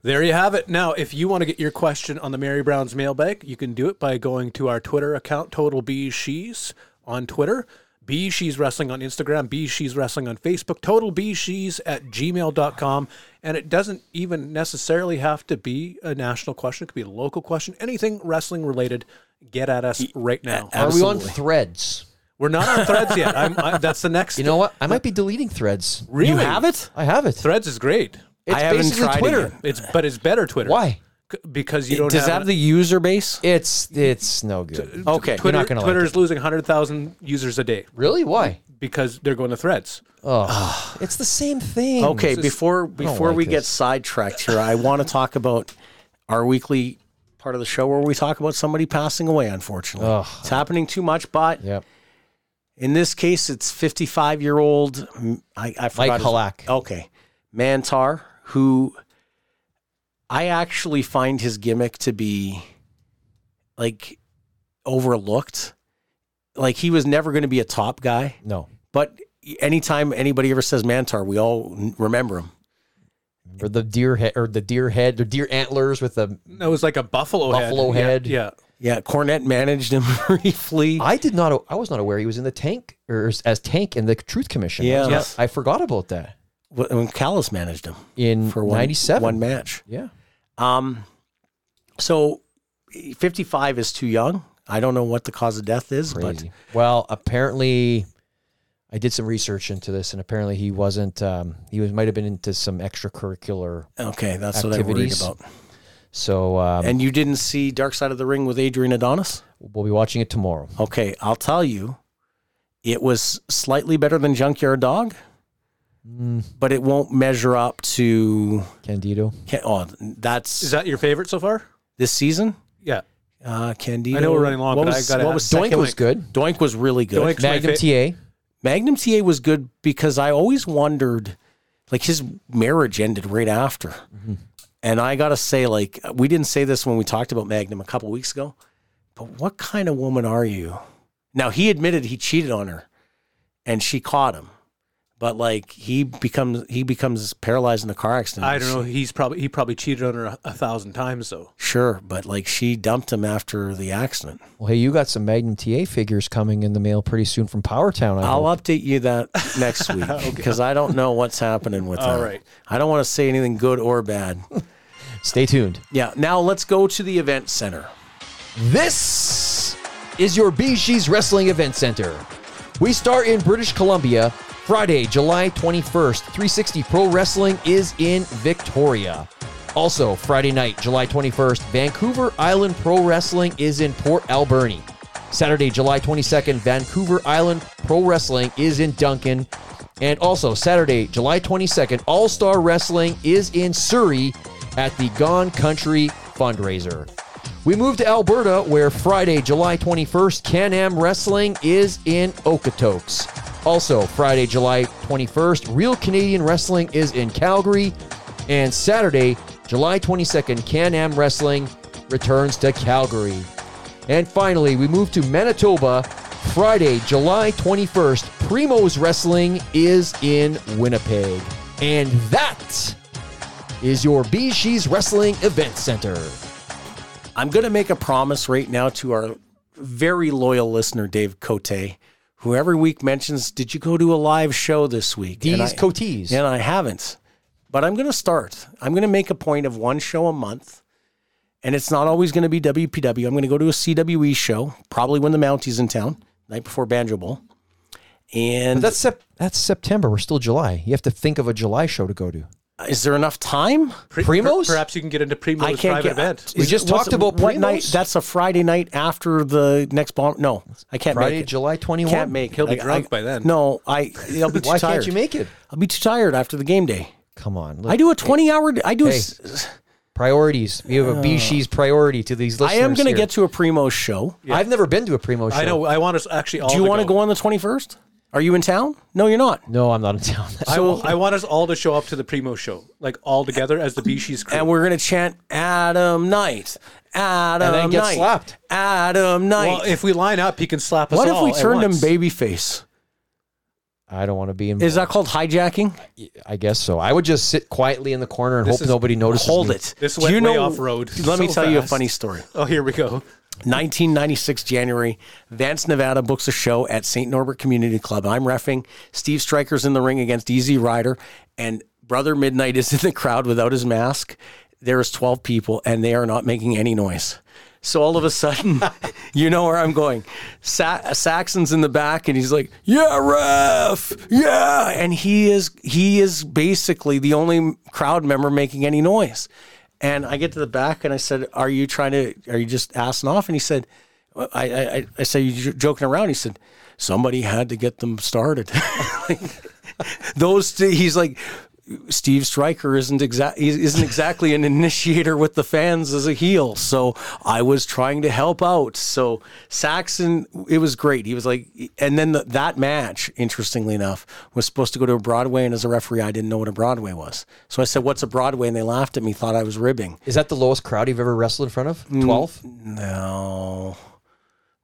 There you have it. Now, if you want to get your question on the Mary Brown's mailbag, you can do it by going to our Twitter account, Total B She's on Twitter, B She's Wrestling on Instagram, B She's Wrestling on Facebook, Total B She's at gmail.com. And it doesn't even necessarily have to be a national question, it could be a local question, anything wrestling related. Get at us right now.
Are we on
Absolutely.
threads?
We're not on threads yet. I'm, I, that's the next.
You know what? I might be deleting threads.
Really?
You have it?
I have it.
Threads is great.
It's
I haven't
basically
tried it
Twitter.
yet.
It's but it's better Twitter.
Why?
C- Because you don't
Does that
have
have the user base?
It's it's no good.
Okay.
Twitter,
not gonna like
Twitter's
it.
losing 100,000 users a day
Really? Why?
because they're going to threads.
It's the same thing.
Okay, before before
like
we get
this.
sidetracked here, I want to talk about our weekly part of the show where we talk about somebody passing away. Unfortunately, it's happening too much. But
Yep.
in this case, it's mm, 55 year old I, I forgot his-
Halak.
Okay, Mantar, who I actually find his gimmick to be like overlooked. Like he was never going to be a top guy,
No.
but anytime anybody ever says Mantar, we all n- remember him.
Or the deer head or the deer head or deer antlers with the
It was like a buffalo,
Buffalo
head. Yeah,
head.
Yeah,
Yeah, Cornette managed him briefly.
I did not I was not aware he was in the tank or as, as tank in the Truth Commission. I was
Yeah.
not-
Yes.
I forgot about that.
Wh- when Callis managed him
In
for one,
97.
one match.
yeah.
Um, so 55 is too young. I don't know what the cause of death is,
Crazy. well, apparently, I did some research into this, and apparently he wasn't. Um, he was might have been into some extracurricular.
but okay, that's
Activities.
what I worried about.
So um,
And you didn't see Dark Side of the Ring with Adrian Adonis?
we'll be watching it tomorrow.
Okay, I'll tell you, it was slightly better than Junkyard Dog,
Mm.
but it won't measure up to.
Candido.
Can, oh, that's
is that your favorite so far?
this season.
Yeah,
Uh, Candido.
I know we're running long,
What
but
was-
I got
what was
Doink
second
was
week?
good.
Doink was really good.
Doink's my
Magnum
fa-
TA.
Magnum TA was good because I always wondered, like his marriage ended right after,
Mm-hmm.
and I gotta say, like we didn't say this when we talked about Magnum a couple weeks ago, but what kind of woman are you? Now he admitted he cheated on her, and she caught him, but like he becomes he becomes paralyzed in the car accident.
I don't know. He's probably he probably cheated on her a, a thousand times though.
Sure, but like she dumped him after the accident.
Well, hey, you got some Magnum TA figures coming in the mail pretty soon from Power Town.
Uh-huh.
I
I'll
hope.
update you that next week because I don't know what's happening with
All
that.
right.
I don't want to say anything good or bad.
Stay tuned.
Yeah, now let's go to the event center.
This is your BG's Wrestling Event Center. We start in British Columbia Friday, July 21st. 360 Pro Wrestling is in Victoria. Also, Friday night, July 21st, Vancouver Island Pro Wrestling is in Port Alberni. Saturday, July 22nd, Vancouver Island Pro Wrestling is in Duncan. And also, Saturday, July 22nd, All Star Wrestling is in Surrey at the Gone Country fundraiser. We move to Alberta, where Friday, July 21st, Can Am Wrestling is in Okotoks. Also, Friday, July 21st, Real Canadian Wrestling is in Calgary. And Saturday, July 22nd, Can Am Wrestling returns to Calgary. And finally, we move to Manitoba. Friday, July 21st, Primo's Wrestling is in Winnipeg. And that is your BC's Wrestling Event Center.
I'm going to make a promise right now to our very loyal listener, Dave Cote, who every week mentions, Did you go to a live show this week?
D's
And I-
Cotees.
And I haven't. But I'm going to start. I'm going to make a point of one show a month. And it's not always going to be WPW. I'm going to go to a CWE show, probably when the Mountie's in town, night before Banjo Bowl. And
That's sep- that's September. We're still July. You have to think of a July show to go to.
is there enough time?
Pre-
Primos?
per- perhaps you can get into Primo's
I can't
private
get.
event.
We just
what's-
talked about
what
Primos.
night. That's a Friday night after the next bomb. No, I can't
Friday,
make it.
July 21.
Can't make. it.
He'll be
I-
drunk
I-
by then.
No, I. I'll be too
Why
tired.
can't you make it?
I'll be too tired after the game day.
Come on. Look,
I do a twenty-hour. I do. a
Hey,
s-
priorities. You have a BC's priority to these
I
listeners.
am going to
here.
get to a primo show.
I've never been to a primo show.
I know. I want us actually. All
Do you
to
want to go on the twenty-first? Are you in town? No, you're not.
No, I'm not in town.
I, wa- I want us all to show up to the Primo show, like all together as the Bishi's crew.
And we're going to chant Adam Knight. Adam
then get
Knight.
slapped.
Adam Knight.
well, if we line up, he can slap us.
what if
all
we
at
turned him
once.
babyface?
I don't want to be in.
Is that called hijacking?
I guess so. I would just sit quietly in the corner and hope
is-
nobody notices.
Hold
me.
it.
This
Do
went
you
way
know-
off road
Let me
so
tell you a
fast.
funny story.
Oh, here we go.
1996 January, Vance, Nevada books a show at St. Norbert Community Club. I'm refing. Steve Striker's in the ring against Easy Rider, and Brother Midnight is in the crowd without his mask. There is 12 people, and they are not making any noise. So all of a sudden, you know where I'm going. Sa- Saxon's in the back, and he's like, "Yeah, ref, yeah," and he is he is basically the only crowd member making any noise. And I get to the back and I said, "Are you trying to? Are you just assing off?" And he said, "I, I, I- I say you're joking around." He said, "Somebody had to get them started." Those two, he's like, Steve Stryker isn't exact isn't exactly an initiator with the fans as a heel. So I was trying to help out. So Saxon, it was great. He was like, and then the, that match, interestingly enough, was supposed to go to a Broadway, and as a referee, I didn't know what a Broadway was. So I said, "What's a Broadway?" And they laughed at me, thought I was ribbing.
Is that the lowest crowd you've ever wrestled in front of?
Mm,
12?
No,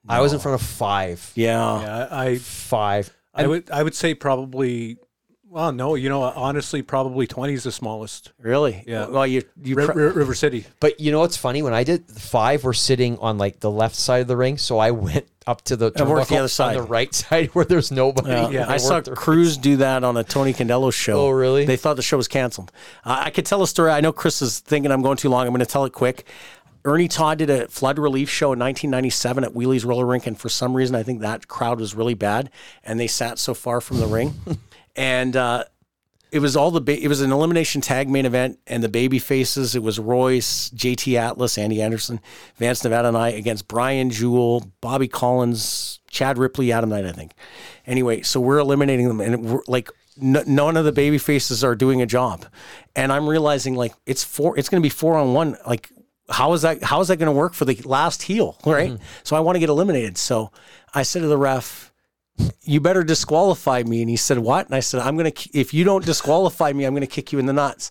I was in front of five.
yeah,
Yeah, I
Five.
I would I would say probably. Well, no, you know, honestly, probably twenty is the smallest.
really.
Yeah.
Well, you you.
Ri-
pre-
Ri- River City.
But you know what's funny? When I did the five, were sitting on like the left side of the ring, so I went up to the
And worked the
turnbuckle
other side.
on the right side where there's nobody.
Yeah,
Yeah.
I saw
worked the-
Cruz do that on a Tony Candelo show.
Oh, really?
They thought the show was canceled. Uh, I could tell a story. I know Chris is thinking I'm going too long. I'm going to tell it quick. Ernie Todd did a flood relief show in 1997 at Wheelie's Roller Rink, and for some reason, I think that crowd was really bad, and they sat so far from the ring, and. Uh, it was all the ba- it was an elimination tag main event and the baby faces it was royce jt atlas andy anderson vance nevada and i against brian jewell bobby collins chad ripley adam knight i think anyway so we're eliminating them and we're like n- none of the baby faces are doing a job and i'm realizing like it's four it's going to be four on one like how is that how is that going to work for the last heel right so i want to get eliminated so i said to the ref you better disqualify me. And he said, what? And I said, I'm going to, if you don't disqualify me, I'm going to kick you in the nuts.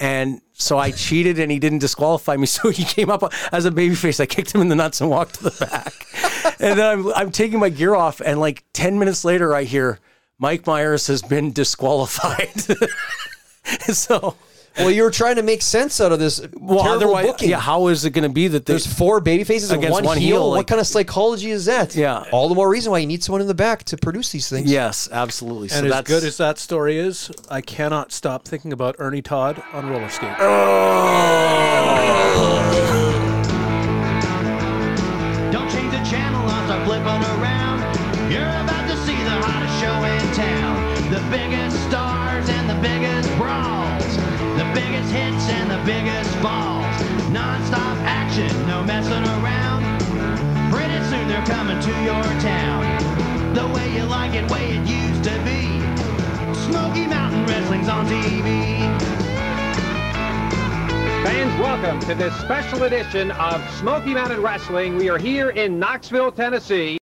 And so I cheated and he didn't disqualify me. So he came up as a babyface. I kicked him in the nuts and walked to the back. and then I'm, I'm taking my gear off. And like 10 minutes later, I hear Mike Myers has been disqualified. so,
Well, you were trying to make sense out of this
well,
terrible
otherwise,
booking.
yeah, how is it going to be that
there's four baby faces and
Against
one,
one
heel.
heel,
what
like-
kind of psychology is that?
Yeah.
All the more reason why you need someone in the back to produce these things.
Yes, absolutely.
And as good as that story is, I cannot stop thinking about Ernie Todd on roller skate.
Don't change the channel, odds are flipping around. You're about to see the hottest show in town. The biggest stars and the biggest brawls. The biggest hits and the biggest falls. Non-stop action, no messing around. Pretty soon they're coming to your town. The way you like it, way it used to be. Smoky Mountain Wrestling's on TV.
Fans, welcome to this special edition of Smoky Mountain Wrestling. We are here in Knoxville, Tennessee.